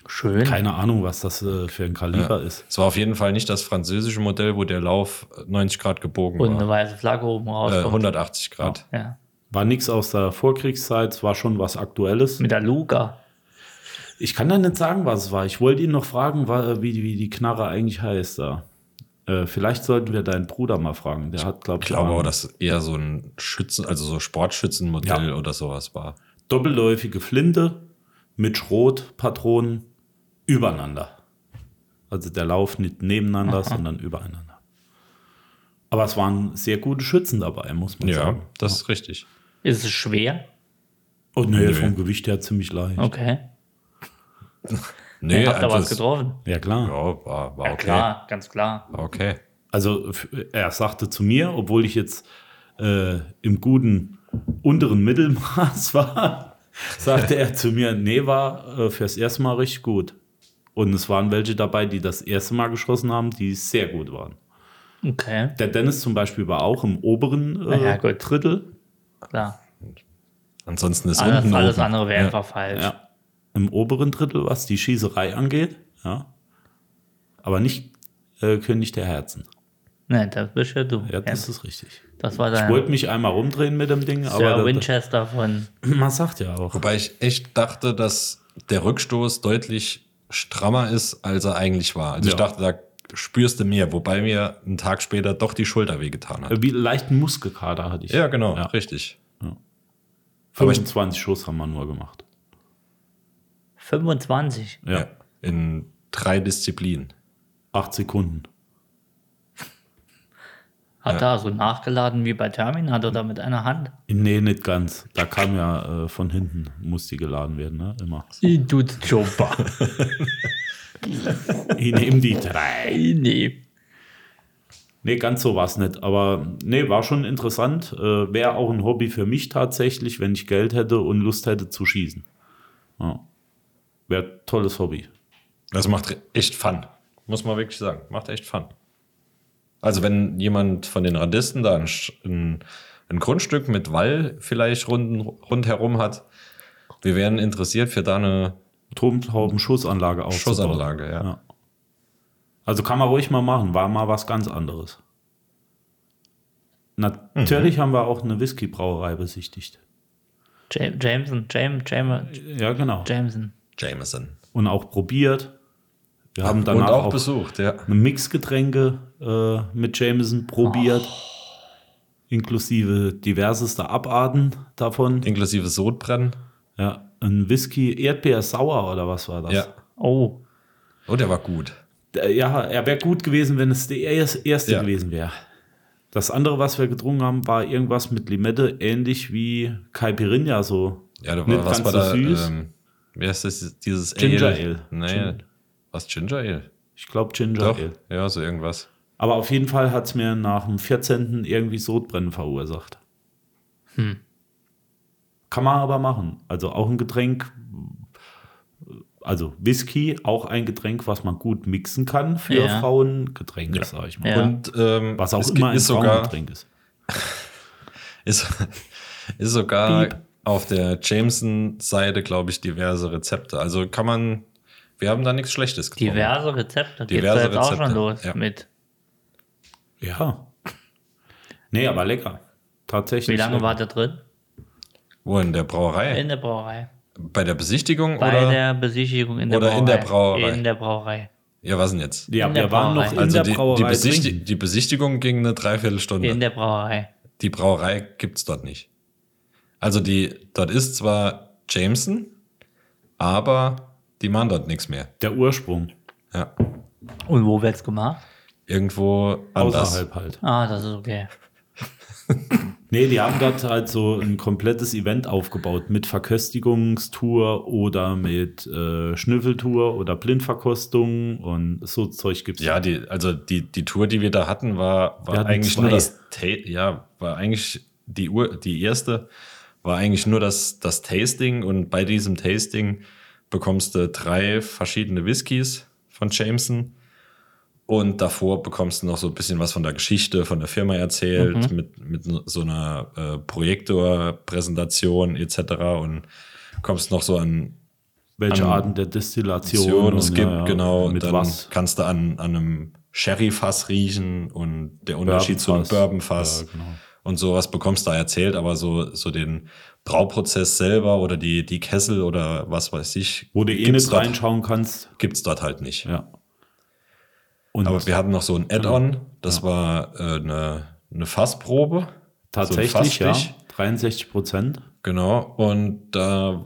S4: Schön.
S5: Keine Ahnung, was das äh, für ein Kaliber ist.
S6: Es war auf jeden Fall nicht das französische Modell, wo der Lauf 90 Grad gebogen
S4: Und eine
S6: war.
S4: weiße Flagge oben raus.
S6: Äh, 180 Grad.
S4: ja.
S5: War nichts aus der Vorkriegszeit, es war schon was Aktuelles.
S4: Mit der Luga.
S5: Ich kann da nicht sagen, was es war. Ich wollte ihn noch fragen, wa- äh, wie, wie die Knarre eigentlich heißt da. Äh, vielleicht sollten wir deinen Bruder mal fragen. Der hat, glaube ich,
S6: Ich glaube
S5: Ahnung.
S6: aber, dass eher so ein Schützen, also so Sportschützenmodell oder sowas war.
S5: doppelläufige Flinte mit Schrotpatronen übereinander. Also der Lauf nicht nebeneinander, sondern übereinander. Aber es waren sehr gute Schützen dabei, muss man
S6: Ja,
S5: sagen.
S6: das ist richtig.
S4: Ist es schwer?
S5: Oh nee,
S6: Nö.
S5: vom Gewicht her ziemlich leicht.
S4: Okay.
S6: Nee,
S4: Habt da was
S6: das-
S4: getroffen?
S5: Ja klar.
S6: Ja, war, war
S4: Ja,
S6: okay.
S4: klar, ganz klar.
S6: War okay.
S5: Also f- er sagte zu mir, obwohl ich jetzt äh, im guten unteren Mittelmaß war, sagte er zu mir, nee, war äh, fürs erste Mal richtig gut. Und es waren welche dabei, die das erste Mal geschossen haben, die sehr gut waren.
S4: Okay,
S5: Der Dennis zum Beispiel war auch im oberen äh,
S4: Ja, gut.
S5: Drittel.
S4: klar.
S6: Ansonsten ist
S4: Alles,
S6: unten
S4: alles
S6: oben.
S4: andere wäre
S6: ja.
S4: einfach falsch.
S5: Ja. Im oberen Drittel, was die Schießerei angeht. Ja. Aber nicht äh, König der Herzen.
S4: Nein, das bist ja du.
S5: Ja, das ist richtig.
S4: Das war
S5: Ich
S4: dein
S5: wollte mich einmal rumdrehen mit dem Ding, aber
S4: Ähm, Sir
S5: da-
S4: Winchester von.
S5: man sagt ja auch.
S6: Wobei ich echt dachte, dass der Rückstoß deutlich strammer ist, als er eigentlich war. Also ich
S5: Ja.
S6: dachte, da spürst du mehr, wobei mir einen Tag später doch die Schulter wehgetan hat.
S5: Wie leichten Muskelkater hatte ich.
S6: Ja, genau,
S5: Ja.
S6: richtig.
S5: 25 Schuss haben wir nur gemacht.
S4: 25.
S5: Ja.
S6: Ja. In drei Disziplinen.
S5: Acht Sekunden.
S4: Hat da so nachgeladen wie bei Terminator da mit einer Hand.
S5: Nee, nicht ganz. Da kam ja äh, von hinten, muss die geladen werden, ne? Immer.
S4: Du Jumper.
S5: Ich nehme die drei.
S4: nee.
S5: Nee, ganz so war es nicht. Aber nee, war schon interessant. Äh, Wäre auch ein Hobby für mich tatsächlich, wenn ich Geld hätte und Lust hätte zu schießen. Ja. Wäre tolles Hobby.
S6: Das macht echt Fun. Muss man wirklich sagen. Macht echt Fun. Also, wenn jemand von den Radisten da ein, Sch- ein, ein Grundstück mit Wall vielleicht runden, rundherum hat, wir wären interessiert für da eine
S5: Turmtauben-Schussanlage aufzubauen.
S6: Schussanlage, ja.
S5: Also kann man ruhig mal machen. War mal was ganz anderes.
S6: Mhm.
S5: Natürlich haben wir auch eine Whisky-Brauerei besichtigt.
S4: Ja- Jameson, James, James,
S5: Ja, genau.
S4: Jameson.
S6: Jameson.
S5: Und auch probiert. Wir haben danach
S6: Und auch,
S5: auch,
S6: besucht, ja.
S5: eine Mixgetränke äh, mit Jameson probiert,
S6: Oh.
S5: inklusive diversester Abarten davon.
S6: Inklusive Sodbrennen.
S5: Ja, ein Whisky Erdbeer sauer oder was war das?
S6: Ja.
S4: Oh,
S6: Oh, der war gut.
S5: D- Äh, Ja, er wäre gut gewesen, wenn es der ers- erste
S6: Ja.
S5: gewesen wäre. Das andere, was wir getrunken haben, war irgendwas mit Limette, ähnlich wie Caipirinha so.
S6: Ja, da
S5: Nicht
S6: war,
S5: ganz
S6: was war
S5: so
S6: da?
S5: süß.
S6: Ähm, wie heißt das? Dieses
S5: Ginger Ale.
S6: Naja. Was? Ginger Ale?
S5: Ich glaube Ginger
S6: Doch.
S5: Ale.
S6: Ja, so irgendwas.
S5: Aber auf jeden Fall hat es mir nach dem 14. irgendwie Sodbrennen verursacht.
S4: Hm.
S5: Kann man aber machen. Also auch ein Getränk, also Whisky, auch ein Getränk, was man gut mixen kann für
S4: Ja.
S5: Frauen. Getränke, sag ich mal.
S4: Ja.
S6: Und ähm,
S5: Was auch
S6: es
S5: immer ein
S6: ist sogar,
S5: Frauengetränk ist.
S6: ist, ist sogar
S5: Piep.
S6: auf der Jameson-Seite, glaube ich, diverse Rezepte. Also kann man, wir haben da nichts Schlechtes getrunken.
S4: diverse Rezepte. Geht's da
S6: Oh. Diverse
S4: jetzt auch
S6: Rezepte,
S4: schon los
S6: ja.
S4: mit.
S5: Ja. Nee, aber lecker. Tatsächlich.
S4: Wie lange
S5: lecker.
S4: war der drin?
S6: Wo, in der Brauerei?
S4: In der Brauerei.
S6: Bei der Besichtigung
S4: Bei
S6: oder?
S4: der Besichtigung in der
S6: oder
S4: Brauerei.
S6: in der Brauerei.
S4: In der Brauerei.
S6: ja, was denn jetzt?
S5: Ja,
S4: in
S5: wir
S4: der
S5: waren noch
S4: Brauerei?
S5: in
S6: also
S5: der
S6: die,
S5: Brauerei.
S6: die, Besichti-
S5: trinken.
S6: die Besichtigung ging eine Dreiviertelstunde.
S4: In der Brauerei.
S6: die Brauerei gibt's dort nicht. Also die, dort ist zwar Jameson, aber die machen dort nichts mehr.
S5: Der Ursprung.
S6: Ja,
S4: Und wo wird's gemacht?
S6: irgendwo anders.
S5: Außerhalb halt.
S4: Ah, das ist okay.
S5: Nee, die haben dort halt so ein komplettes Event aufgebaut mit Verköstigungstour oder mit äh, Schnüffeltour oder Blindverkostung und so Zeug gibt's.
S6: Ja, die, also die, die Tour, die wir da hatten, war,
S5: Wir
S6: war
S5: hatten
S6: eigentlich nur
S5: zwei.
S6: das Ta ja, war eigentlich die Uhr, die erste war eigentlich nur das, das Tasting und bei diesem Tasting bekommst du drei verschiedene Whiskys von Jameson und davor bekommst du noch so ein bisschen was von der Geschichte, von der Firma erzählt,
S5: Mhm.
S6: mit, mit so einer äh, Projektorpräsentation etc. und kommst noch so an
S5: Welche
S6: an-
S5: Arten der Destillation
S6: Optionen es
S5: und,
S6: gibt,
S5: ja,
S6: genau.
S5: Mit
S6: dann
S5: was?
S6: kannst du an, an einem Sherry-Fass riechen und der Unterschied zu einem
S5: Bourbon-Fass.
S6: Bourbon-Fass
S5: Ja, genau.
S6: und sowas bekommst du da erzählt, aber so, so den Brauprozess selber oder die, die Kessel oder was weiß ich.
S5: Wo du eh
S6: gibt's
S5: nicht
S6: dort-
S5: reinschauen kannst.
S6: Gibt's dort halt nicht.
S5: Ja. genau. Und
S6: Aber wir hatten noch so ein Add-on, das war äh, eine, eine Fassprobe. so ein
S5: tatsächlich, ja.
S6: Fassstich.
S5: 63 Prozent.
S6: Genau. Und da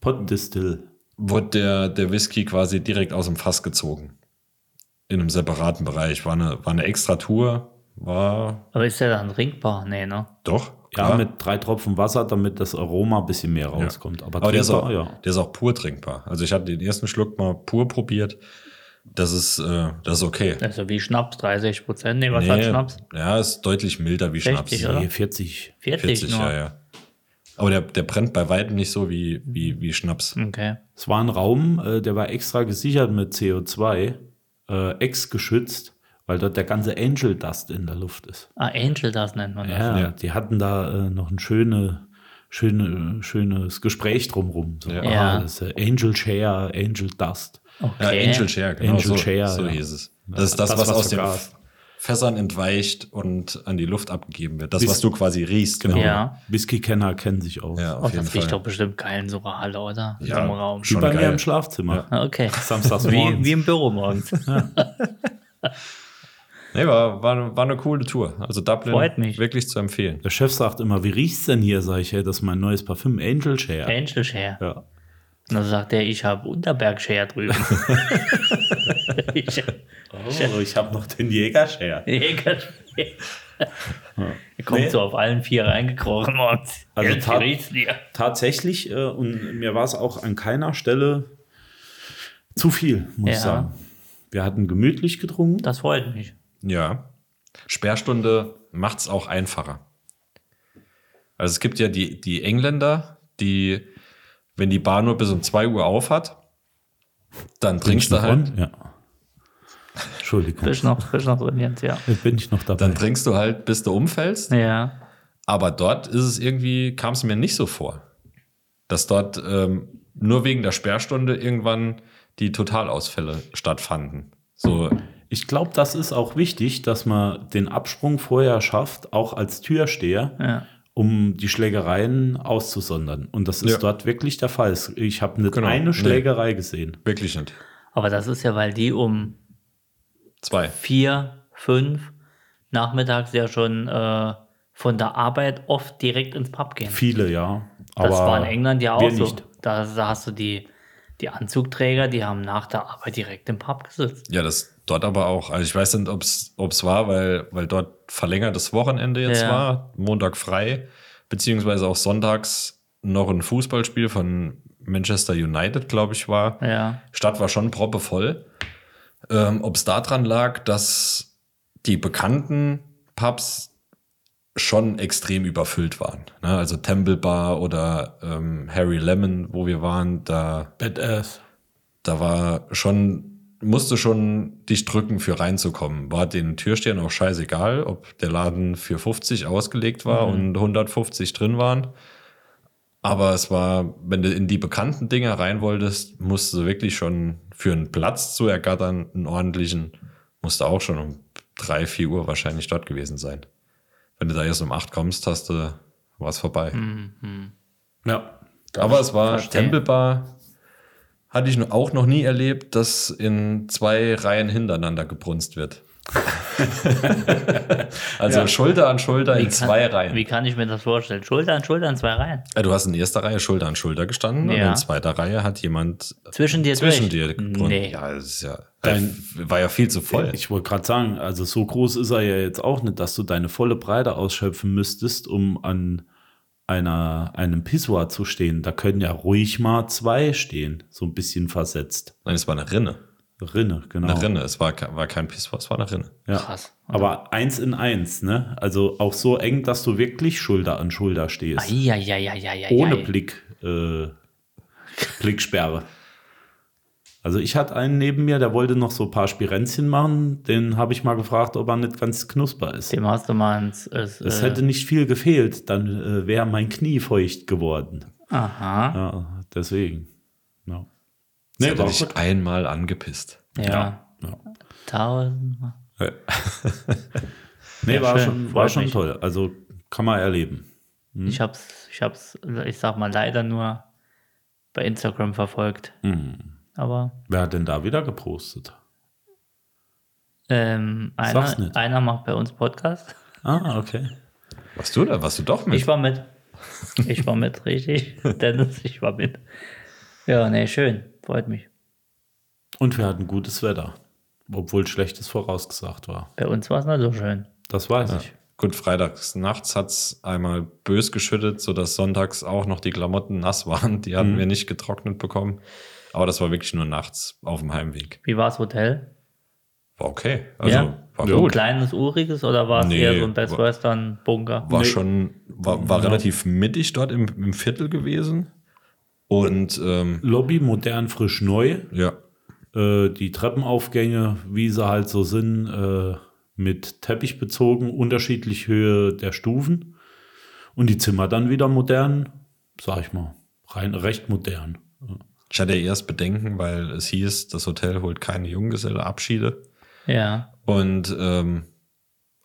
S5: Pottendistill.
S6: wurde der, der Whisky quasi direkt aus dem Fass gezogen. In einem separaten Bereich. War eine, war eine extra Tour. War
S4: Aber ist der dann trinkbar? Nee, ne?
S6: doch.
S5: Ja,
S6: klar.
S5: mit drei Tropfen Wasser, damit das Aroma ein bisschen mehr rauskommt. Aber,
S6: Aber der, ist auch,
S5: trinkbar, ja.
S6: der ist auch pur trinkbar. Also ich hatte den ersten Schluck mal pur probiert. Das ist, äh, das ist okay.
S4: Also wie Schnaps, 30 Prozent. Nee, was hat Schnaps?
S6: Ja, ist deutlich milder wie
S4: 60,
S6: Schnaps.
S4: oder?
S5: Nee, 40.
S4: 40,
S6: 40,
S4: nur.
S6: ja, ja. Aber der, der brennt bei weitem nicht so wie, wie, wie Schnaps.
S4: Okay.
S5: Es war ein Raum, äh, der war extra gesichert mit CO2, äh, ex geschützt, weil dort der ganze Angel Dust in der Luft ist.
S4: Ah, Angel das nennt man das.
S5: Ja,
S6: Ja.
S5: die hatten da äh, noch ein schöne, schöne, schönes Gespräch drumrum. So,
S6: Ja.
S5: ah,
S4: Ja.
S5: das ist, äh, Angel Share, Angel Dust.
S6: Ja,
S4: Okay.
S6: Angel Share, genau.
S5: Angel
S6: so
S5: Share,
S6: so
S5: ja.
S6: hieß es. Das ist das,
S5: Das,
S6: was
S5: was
S6: aus den
S5: vergast.
S6: Fässern entweicht und an die Luft abgegeben wird. Das,
S5: Bis-
S6: was du quasi riechst.
S5: Genau.
S4: Ja.
S5: Whisky-Kenner kennen sich aus.
S6: Ja,
S4: Oh,
S6: auf jeden
S4: das riecht doch
S6: Fall.
S4: bestimmt geil in so einer Halle, oder? In
S6: Ja.
S4: so einem Raum.
S5: Wie
S6: Schon
S5: bei mir
S6: geil.
S5: im Schlafzimmer.
S4: Ah, Okay.
S5: Samstags
S4: wie,
S5: morgens.
S4: wie im Büro morgens.
S6: Nee, war, war, war eine coole Tour. Also Dublin
S4: Freut mich.
S6: wirklich zu empfehlen.
S5: Der Chef sagt immer, wie riecht's denn hier? Sag ich, hey, das ist mein neues Parfüm, Angel Share.
S4: Angel Share.
S5: Ja.
S4: Und dann sagt er, ich habe Unterberg Share drüben. ich,
S5: Oh, ich habe noch den Jäger Share.
S4: Jäger Er kommt so auf allen vier reingekrochen morgens.
S5: Also
S4: Jetzt
S5: tat-
S4: riecht's dir.
S5: tatsächlich, äh, und mir war es auch an keiner Stelle zu viel, muss ich
S4: Ja.
S5: sagen. Wir hatten gemütlich getrunken.
S4: Das freut mich.
S6: Ja. Sperrstunde macht's auch einfacher. Also es gibt ja die, die Engländer, die, wenn die Bar nur bis um 2 Uhr auf hat, dann trinkst du
S5: noch
S6: halt,
S5: on? Ja. Entschuldigung,
S4: Frisch noch, frisch noch drin jetzt, ja.
S5: jetzt bin ich noch dabei.
S6: dann trinkst du halt, bis du umfällst.
S4: Ja.
S6: Aber dort ist es irgendwie, kam es mir nicht so vor, dass dort ähm, nur wegen der Sperrstunde irgendwann die Totalausfälle stattfanden. So,
S5: ich glaube, das ist auch wichtig, dass man den Absprung vorher schafft, auch als Türsteher,
S4: Ja.
S5: um die Schlägereien auszusondern. Und das ist
S6: Ja.
S5: dort wirklich der Fall. Ich habe nicht
S6: Genau. Nee.
S5: eine Schlägerei gesehen.
S6: wirklich nicht.
S4: Aber das ist ja, weil die um
S6: Zwei.
S4: vier, fünf nachmittags ja schon äh, von der Arbeit oft direkt ins Pub gehen.
S5: Viele, ja. Aber
S4: das war in England ja auch
S5: wir
S4: so.
S5: nicht.
S4: Da, da hast du die, die Anzugträger, die haben nach der Arbeit direkt im Pub gesitzt.
S6: Ja, das dort aber auch. Also ich weiß nicht, ob es war, weil, weil dort verlängertes Wochenende jetzt
S4: Ja.
S6: war, Montag frei, beziehungsweise auch sonntags noch ein Fußballspiel von Manchester United, glaube ich, war.
S4: Ja.
S6: Stadt war schon proppevoll. Ähm, ob es daran lag, dass die bekannten Pubs schon extrem überfüllt waren. Ne? Also Temple Bar oder ähm, Harry Lemon, wo wir waren, da
S5: Badass.
S6: da war schon, musste schon dich drücken, für reinzukommen. War den Türstehern auch scheißegal, ob der Laden für 50 ausgelegt war und 150 drin waren. Aber es war, wenn du in die bekannten Dinge rein wolltest, musst du wirklich schon für einen Platz zu ergattern, einen ordentlichen, musst du auch schon um drei, vier Uhr wahrscheinlich dort gewesen sein. Wenn du da erst um acht kommst, hast du, war's vorbei.
S5: Ja.
S6: Aber es war
S4: Hm. verstehe.
S6: Tempelbar. Hatte ich auch noch nie erlebt, dass in zwei Reihen hintereinander gebrunst wird. also Schulter an Schulter in
S4: kann,
S6: zwei Reihen.
S4: Wie kann ich mir das vorstellen? Schulter an Schulter in zwei Reihen.
S6: Ja, Du hast in erster Reihe Schulter an Schulter gestanden und
S4: Ja.
S6: in zweiter Reihe hat jemand
S4: Zwischen dir
S6: zwischen
S4: durch.
S6: dir gebrunnt.
S4: Nee.
S6: Ja, das ist ja, äh,
S5: Dein-
S6: war ja viel zu voll.
S5: Ich wollte gerade sagen, also so groß ist er ja jetzt auch nicht, dass du deine volle Breite ausschöpfen müsstest, um an einer, einem Pissoir zu stehen. Da können ja ruhig mal zwei stehen, so ein bisschen versetzt.
S6: Nein, es war eine Rinne.
S5: Rinne, genau.
S6: Eine Rinne. Es war, ke- war kein Pissoir, es war eine Rinne.
S5: Ja.
S4: Krass.
S5: Aber eins in eins, ne? Also auch so eng, dass du wirklich Schulter an Schulter stehst.
S4: Eieieiei.
S5: ohne Blick, äh, Blicksperre. Also ich hatte einen neben mir, der wollte noch so ein paar Spirenzchen machen. Den habe ich mal gefragt, ob er nicht ganz knusper ist.
S4: Dem hast du mal ins, es,
S5: Es
S4: äh,
S5: hätte nicht viel gefehlt, dann äh, wäre mein Knie feucht geworden.
S4: Aha.
S5: Ja, deswegen. Ja.
S6: Nee,
S5: Nee,
S6: hätte
S5: war
S6: dich
S5: gut.
S6: einmal angepisst.
S4: Ja.
S5: ja.
S4: Tausendmal.
S5: Nee, war,
S4: schön,
S5: schon,
S4: freut
S5: war schon
S4: mich.
S5: toll. Also kann man erleben.
S4: Ich hab's, ich hab's, ich sag mal leider nur bei Instagram verfolgt.
S5: Mhm.
S4: Aber
S5: Wer hat denn da wieder gepostet?
S4: ähm,
S5: Sag's
S4: einer,
S5: nicht.
S4: einer macht bei uns Podcast.
S5: Ah, okay.
S6: Warst du da? Warst du doch mit?
S4: Ich war mit. Ich war mit, richtig. Dennis, ich war mit. Ja, nee, schön. Freut mich.
S5: Und wir hatten gutes Wetter, obwohl schlechtes vorausgesagt war.
S4: Bei uns war es nicht so schön.
S5: Das weiß ich.
S6: Gut, freitags nachts hat es einmal bös geschüttet, sodass sonntags auch noch die Klamotten nass waren. Die hatten wir nicht getrocknet bekommen. Aber das war wirklich nur nachts auf dem Heimweg.
S4: Wie war's Hotel?
S6: War okay. Also
S4: Ja.
S6: war
S4: So ein
S6: gut.
S4: kleiniges, uriges oder war es
S6: Nee,
S4: eher so ein Best
S6: war-
S4: Western Bunker?
S6: War schon, war, war relativ mittig dort im, im Viertel gewesen. Und ähm,
S5: Lobby modern, frisch neu.
S6: ja,
S5: Äh, die Treppenaufgänge, wie sie halt so sind, äh, mit Teppich bezogen, unterschiedlich Höhe der Stufen. Und die Zimmer dann wieder modern, sag ich mal, rein recht modern.
S6: ich hatte erst Bedenken, weil es hieß, das Hotel holt keine Junggeselleabschiede.
S4: Ja.
S6: Und ähm,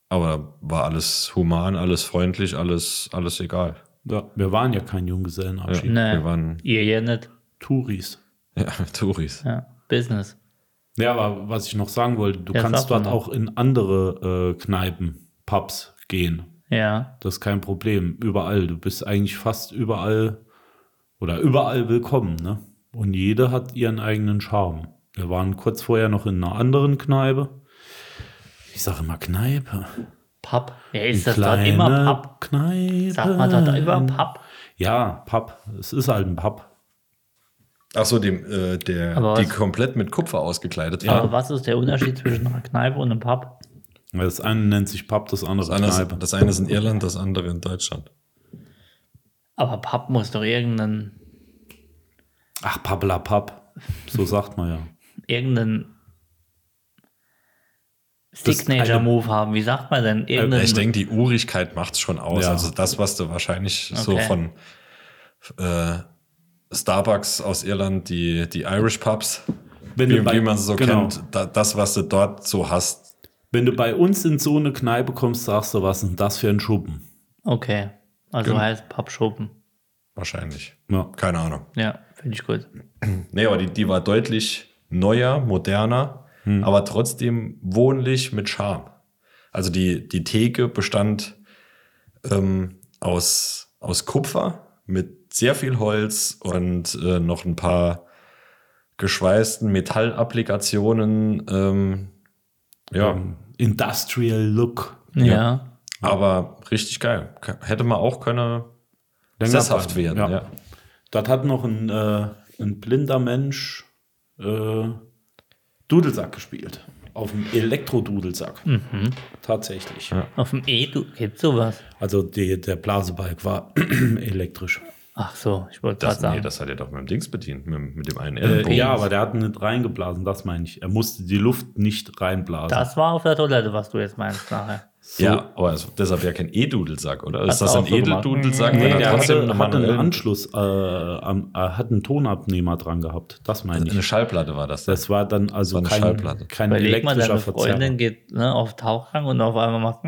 S6: aber war alles human, alles freundlich, alles, alles egal.
S5: Ja, wir waren ja kein Junggesellenabschied.
S4: Nee.
S6: Wir waren
S4: Ihr ja nicht.
S5: Touris.
S6: ja, Touris.
S4: Ja. Business.
S5: Ja, aber was ich noch sagen wollte, du
S4: Ja,
S5: kannst
S4: sag doch
S5: dort
S4: mal.
S5: auch in andere äh, Kneipen, Pubs gehen.
S4: Ja.
S5: Das ist kein Problem. Überall. Du bist eigentlich fast überall oder überall willkommen. Ne? Und jede hat ihren eigenen Charme. Wir waren kurz vorher noch in einer anderen Kneipe. Ich sage immer Kneipe.
S4: Pub. Ja, ist das dort
S5: Kleine
S4: immer Pub?
S5: Kneipe.
S4: Sagt man dort immer Pub?
S5: Ja, Pub. Es ist halt ein Pub.
S6: Achso, äh, der,
S4: Aber
S6: die
S4: was-
S6: komplett mit Kupfer ausgekleidet
S4: Aber
S6: war.
S4: was ist der Unterschied zwischen einer Kneipe und einem Pub?
S5: Das eine nennt sich Pub, das andere
S6: Das eine,
S5: Kneipe.
S6: ist, das eine ist in Irland, das andere in Deutschland.
S4: Aber Pub muss doch irgendeinen,
S5: Ach, Pappla Papp. So sagt man ja.
S4: irgendeinen
S5: Das eine-
S4: Signature-Move haben. Wie sagt man denn? Irgendeinen,
S6: Äh, Ich denke, die Urigkeit macht es schon aus.
S5: Ja.
S6: Also das, was du wahrscheinlich so
S4: Okay.
S6: von äh, Starbucks aus Irland, die, die Irish Pubs,
S5: Wenn
S6: wie,
S5: du bei-
S6: wie man sie so
S5: genau.
S6: kennt, da, das, was du dort so hast.
S5: Wenn du bei uns in so eine Kneipe kommst, sagst du, was ist denn das für ein Schuppen?
S4: okay. Also
S6: Genau.
S4: heißt Pappschuppen.
S6: Wahrscheinlich.
S5: Ja.
S6: Keine Ahnung.
S4: Ja, finde ich gut.
S6: Nee, aber die, die war deutlich neuer, moderner,
S5: Hm.
S6: aber trotzdem wohnlich mit Charme. Also die, die Theke bestand ähm, aus, aus Kupfer mit sehr viel Holz und äh, noch ein paar geschweißten Metallapplikationen. Ähm, ja,
S5: Ähm, Industrial Look.
S4: Ja.
S6: aber richtig geil. K- Hätte man auch können
S5: Länger
S6: sesshaft
S5: bleiben,
S6: werden.
S5: ja.
S6: Ja.
S5: Dort hat noch ein, äh, ein blinder Mensch äh, Dudelsack gespielt. Auf dem Elektrodudelsack.
S6: Mhm.
S5: Tatsächlich.
S4: Auf dem E gibt sowas.
S5: Also die, der Blasebalg war elektrisch.
S4: Ach so, ich wollte gerade
S6: Das,
S4: sagen.
S6: nee, das hat er doch mit dem Dings bedient, mit, dem- mit dem einen
S5: Äh,
S6: Ellenbogen.
S5: ja, aber der hat nicht reingeblasen, das meine ich. Er musste die Luft nicht reinblasen.
S4: das war auf der Toilette, was du jetzt meinst nachher.
S6: Ja, aber es, deshalb ja kein E-Dudelsack, oder?
S4: Hast
S6: Ist das
S4: du
S6: ein
S4: auch so gemacht?
S6: Edeldudelsack?
S5: Nee,
S6: wenn er
S5: der
S6: trotzdem
S5: hatte,
S6: eine
S5: hatte einen
S6: manuelle-
S5: Anschluss, äh, am, äh, hat einen Tonabnehmer dran gehabt. Das meine ich.
S6: Eine Schallplatte war das.
S5: Das war dann also
S6: Das war
S5: kein,
S6: eine Schallplatte.
S5: kein
S4: Überleg mal,
S5: elektrischer
S4: deine
S5: Verzerrer.
S4: Freundin geht ne, auf Tauchgang und auf einmal macht.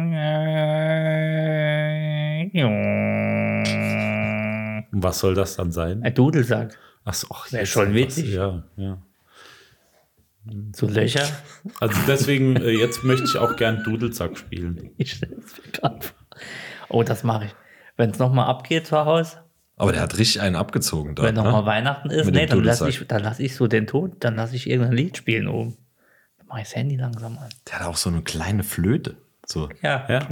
S4: Ein
S5: Und Was soll das dann sein?
S4: Äh, Dudelsack.
S5: Ach so, ach,
S4: Wär
S5: jetzt
S4: schon
S5: was-
S4: witzig.
S5: Ja, ja.
S4: So Löcher.
S5: Also deswegen, äh, jetzt möchte ich auch gern Dudelsack spielen.
S4: Ich stell's mir grad vor. Oh, das mache ich. Wenn es nochmal abgeht zu Hause,
S6: Aber der hat richtig einen abgezogen dort.
S4: wenn
S6: Ne?
S4: nochmal Weihnachten ist,
S6: Mit
S4: nee,
S6: dem
S4: dann lasse
S6: Dudelsack.
S4: ich, dann lass ich so den Ton, dann lasse ich irgendein Lied spielen oben. Dann mache ich das Handy langsam an.
S6: Der hat auch so eine kleine Flöte. So.
S4: Ja.
S5: Ja?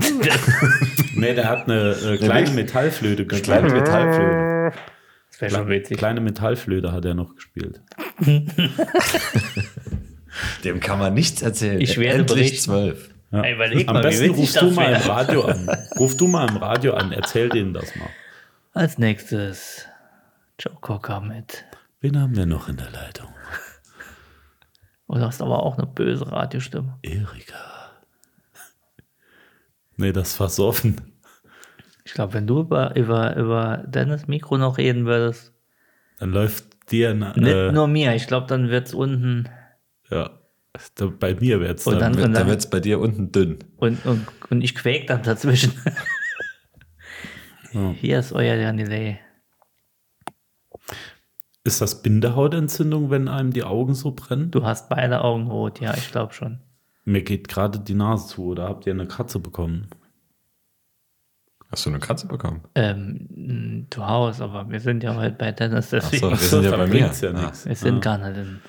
S5: nee, der hat eine äh, kleine
S6: wirklich?
S5: Metallflöte gespielt.
S6: kleine Metallflöte.
S4: Das wäre schon witzig.
S5: Kleine Metallflöte hat er noch gespielt.
S6: Dem kann man nichts erzählen.
S4: Ich werde
S6: Endlich
S4: berichten.
S6: zwölf.
S5: Ja.
S4: Ey, überleg
S5: Am
S4: mal, wie
S5: besten
S4: witzig
S5: rufst
S4: das
S5: du mal im
S4: wär.
S5: Radio an. Ruf du mal im Radio an, erzähl denen das mal.
S4: Als nächstes Joe Cocker mit.
S5: Wen haben wir noch in der Leitung?
S4: Oh, du hast aber auch eine böse Radiostimme.
S5: Erika. Nee, das war's offen.
S4: Ich glaube, wenn du über, über, über Dennis Mikro noch reden würdest,
S5: Dann läuft dir eine.
S4: nicht
S5: Äh,
S4: nur mir, ich glaube, dann wird es unten
S5: ja. Da, bei mir wär's
S4: Und
S5: dann.
S4: dann-
S6: Da wird es bei dir unten dünn.
S4: und, und, und ich quäk dann dazwischen. Hier ist euer Janilei.
S5: Ist das Bindehautentzündung, wenn einem die Augen so brennen?
S4: Du hast beide Augen rot, ja, ich glaube schon.
S5: Mir geht gerade die Nase zu, oder habt ihr eine Katze bekommen?
S6: Hast du eine Katze bekommen?
S4: Ähm, mh, zu Hause, aber wir sind ja heute bei Dennis,
S6: Achso,
S4: deswegen.
S6: wir sind ja
S5: da
S6: bei mir.
S5: bringt's ja nichts.
S4: Wir sind gar nicht in.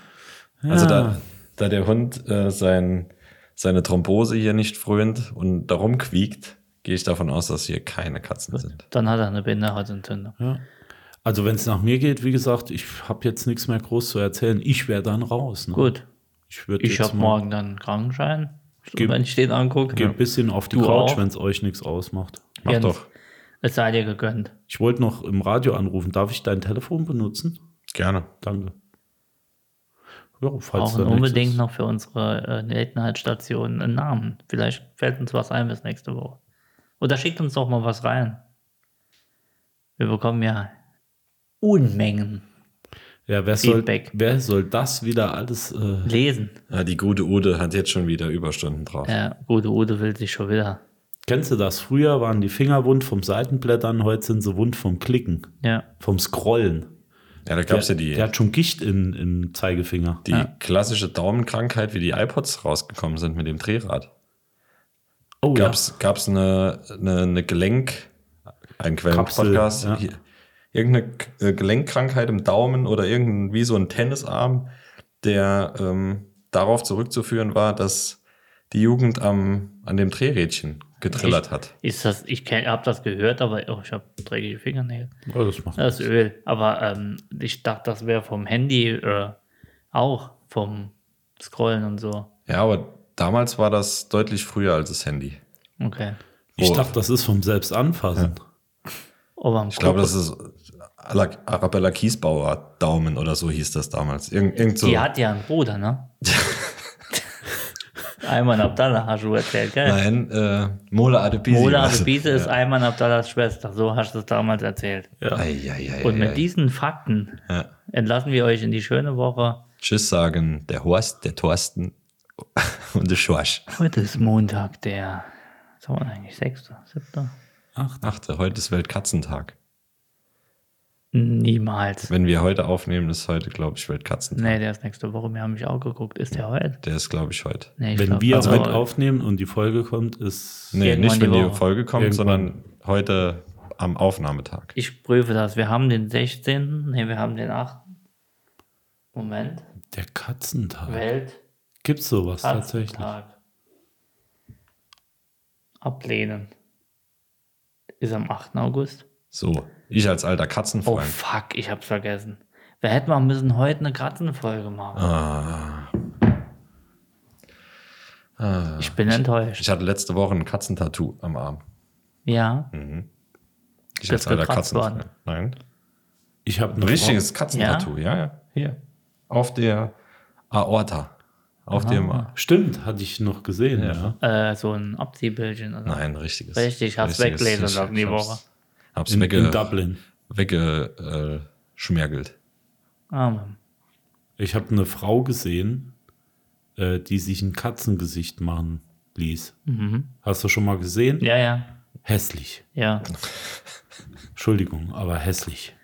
S6: Ah, Also da, da der Hund äh, sein, seine Thrombose hier nicht frönt und darum quiekt, gehe ich davon aus, dass hier keine Katzen sind.
S4: Dann hat er eine Bindehautentzündung.
S5: Also wenn es nach mir geht, wie gesagt, ich habe jetzt nichts mehr groß zu erzählen. Ich wäre dann raus. Ne?
S4: Gut,
S5: Ich, würd
S4: ich
S5: jetzt
S4: habe
S5: mal-
S4: morgen dann einen Krankenschein, so,
S5: Gib-
S4: wenn ich den genau. angucke.
S5: Geh ein bisschen auf die
S4: Du
S5: Couch,
S4: auch?
S5: wenn es euch nichts ausmacht.
S6: Mach
S4: Jens,
S6: doch.
S4: Es sei dir gegönnt.
S5: Ich wollte noch im Radio anrufen. Darf ich dein Telefon benutzen?
S6: Gerne.
S5: Danke. Ja, falls
S4: Brauchen
S5: da nichts
S4: unbedingt
S5: ist.
S4: noch für unsere äh, Seltenheitsstation einen Namen. Vielleicht fällt uns was ein bis nächste Woche. Oder schickt uns doch mal was rein. Wir bekommen ja Unmengen
S5: Ja, wer soll,
S4: Feedback.
S5: wer soll das wieder alles? Äh,
S4: lesen.
S6: Ah, die gute Ude hat jetzt schon wieder Überstunden drauf.
S4: Ja, gute Ude will sich schon wieder.
S5: kennst du das? Früher waren die Finger wund vom Seitenblättern, heute sind sie wund vom Klicken,
S4: Ja.
S5: vom Scrollen.
S6: Ja, da gab es ja die,
S5: Der hat schon Gicht in, im Zeigefinger.
S6: die klassische Daumenkrankheit, wie die iPods rausgekommen sind mit dem Drehrad.
S5: Oh,
S6: Gab es gab's eine, eine, eine Gelenk, ein Quellenpodcast,
S5: Kapsel, ja.
S6: hier, irgendeine K- äh, Gelenkkrankheit im Daumen oder irgendwie so ein Tennisarm, der ähm, darauf zurückzuführen war, dass die Jugend am, an dem Drehrädchen getrillert hat.
S4: Ist das, ich habe das gehört, aber oh, ich habe dreckige Fingernägel.
S5: ja. Oh, das macht
S4: Das ist Öl. Aber ähm, ich dachte, das wäre vom Handy äh, auch, vom Scrollen und so.
S6: Ja, aber damals war das deutlich früher als das Handy.
S4: Okay.
S5: Ich
S6: Oh.
S5: dachte, das ist vom Selbstanfassen.
S4: Aber am
S6: Ich glaube, das ist Ala- Arabella Kiesbauer Daumen oder so hieß das damals. Irgend, irgend so.
S4: Die hat ja einen Bruder, ne? Ayman Abdallah hast du erzählt, gell?
S6: Nein, äh, Mola Adebisi.
S4: Mola Adebise ist Ayman Abdallahs Schwester, so hast du es damals erzählt.
S6: Eieiei.
S4: Und mit diesen Fakten
S6: Ja.
S4: entlassen wir euch in die schöne Woche.
S6: Tschüss sagen, der Horst, der Thorsten und der Schorsch.
S4: Heute ist Montag, der, was haben wir eigentlich, sechster, siebter?
S6: Achte, heute ist Weltkatzentag.
S4: Niemals.
S6: Wenn wir heute aufnehmen, ist heute, glaube ich, Weltkatzentag.
S4: Nee, der ist nächste Woche, wir haben mich auch geguckt. Ist der heute?
S6: Der ist, glaube ich, heute.
S4: Nee, ich
S5: Wenn
S4: glaub, also
S5: wir
S4: das
S5: heute
S4: war-
S5: aufnehmen und die Folge kommt, ist
S6: Also Nee,
S4: Irgendwann
S6: nicht, wenn
S4: die
S6: die
S4: Woche.
S6: Folge kommt,
S5: Irgendwann.
S6: sondern heute am Aufnahmetag.
S4: Ich prüfe das. Wir haben den 16. Nee, wir haben den 8. Moment.
S5: der Katzentag.
S4: Welt.
S5: Gibt es sowas tatsächlich?
S4: Tag. Ablehnen. Ist am 8. August.
S6: So, ich als alter
S4: Oh
S6: Katzenfreund.
S4: fuck, ich hab's vergessen. Wir hätten mal müssen heute eine Katzenfolge machen.
S6: Ah. Ah.
S4: Ich bin enttäuscht.
S6: Ich hatte letzte Woche ein Katzentattoo am Arm.
S4: Ja.
S6: Ich
S4: Bist gekratzt worden?
S6: Katzenfreund. Nein.
S5: Ich habe
S6: Ein richtiges Katzentattoo, ja, ja.
S4: Hier.
S6: Auf der Aorta. Auf dem
S5: Stimmt, hatte ich noch gesehen, ja.
S4: Äh, so ein Abziehbildchen. Oder?
S6: Nein, richtiges.
S4: Richtig, ich hab's
S6: richtiges
S4: weglesen
S6: T-Shirt.
S4: lassen die
S6: Ich hab's-
S4: Woche.
S6: Hab's
S5: In,
S6: wegge,
S5: in Dublin.
S6: wegge, äh, schmergelt.
S4: Ah, Mann.
S5: Ich habe eine Frau gesehen, äh, die sich ein Katzengesicht machen ließ. Hast du schon mal gesehen?
S4: Mhm. ja, ja.
S5: Hässlich.
S4: Ja.
S5: Entschuldigung, aber hässlich.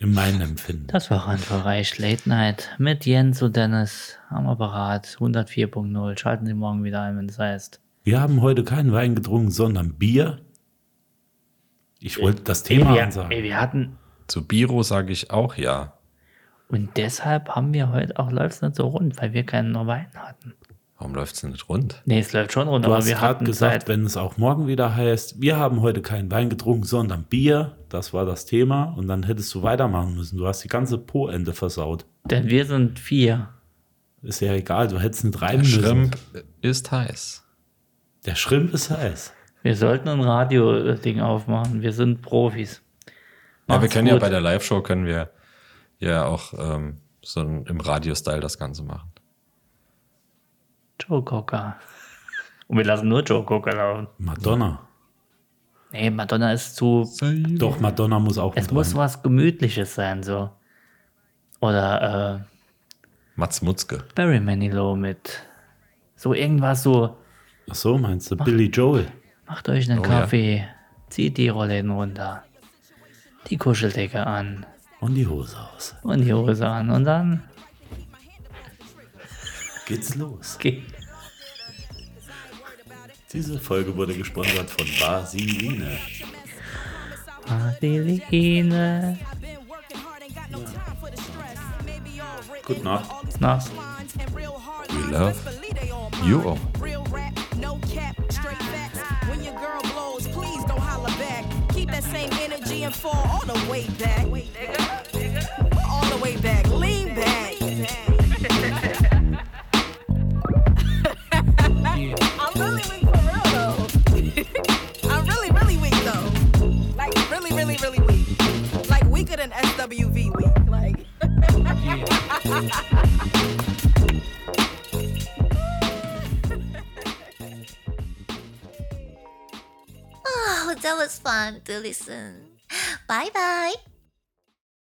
S5: In meinem Empfinden.
S4: Das war Randbereich Late Night mit Jens und Dennis am Apparat 104.0. Schalten Sie morgen wieder ein, wenn es heißt.
S5: Wir haben heute keinen Wein getrunken, sondern Bier. Ich wollte das Thema
S4: Wir,
S5: ansagen.
S4: ey, wir hatten,
S6: Zu Biro sage ich auch ja.
S4: und deshalb haben wir heute auch läuft es nicht so rund, weil wir keinen Wein hatten.
S6: Warum läuft's denn nicht rund?
S4: Nee, es läuft schon rund,
S5: Du
S4: aber
S5: hast
S4: wir
S5: gerade
S4: hatten
S5: gesagt,
S4: seit,
S5: wenn es auch morgen wieder heißt, wir haben heute keinen Wein getrunken, sondern Bier. Das war das Thema. Und dann hättest du weitermachen müssen. Du hast die ganze Po-Ende versaut.
S4: denn wir sind vier.
S5: Ist ja egal, du hättest nicht reimen
S6: Der
S5: müssen.
S6: Schrimp ist heiß.
S5: Der Schrimp ist heiß.
S4: Wir sollten ein Radio-Ding aufmachen. Wir sind Profis.
S6: Ja, wir
S4: Macht's
S6: können ja
S4: gut.
S6: bei der Live-Show können wir ja auch ähm, so ein- im Radio-Style das Ganze machen.
S4: Joe Cocker. Und wir lassen nur Joe Cocker laufen.
S5: Madonna.
S4: Nee, Madonna ist zu
S5: Doch, Madonna muss auch
S4: Es
S5: mit
S4: muss
S5: rein.
S4: was Gemütliches sein, so. Oder
S6: Mats Mutzke.
S4: äh, Barry Manilow mit so irgendwas so,
S5: Ach so, meinst du Billy Joel? Oh
S4: macht euch einen
S6: ja.
S4: Kaffee, zieht die Rollen runter. die Kuscheldecke an
S5: Und die Hose aus.
S4: und die Hose an und dann
S5: Geht's los.
S4: geht.
S5: Diese Folge wurde gesponsert von Basiline.
S4: Adeline.
S5: Gute Nacht.
S4: Na,
S6: We love you all.
S3: Real rap, no cap, straight facts. When your girl blows, please don't holler back. Keep that same energy and fall all the way back. All the way back. Lean back. I'm really weak for real though. I'm really, really weak though. Like really, really, really weak. Like weaker than SWV weak. Like.
S1: Oh, that was fun to listen. Bye bye.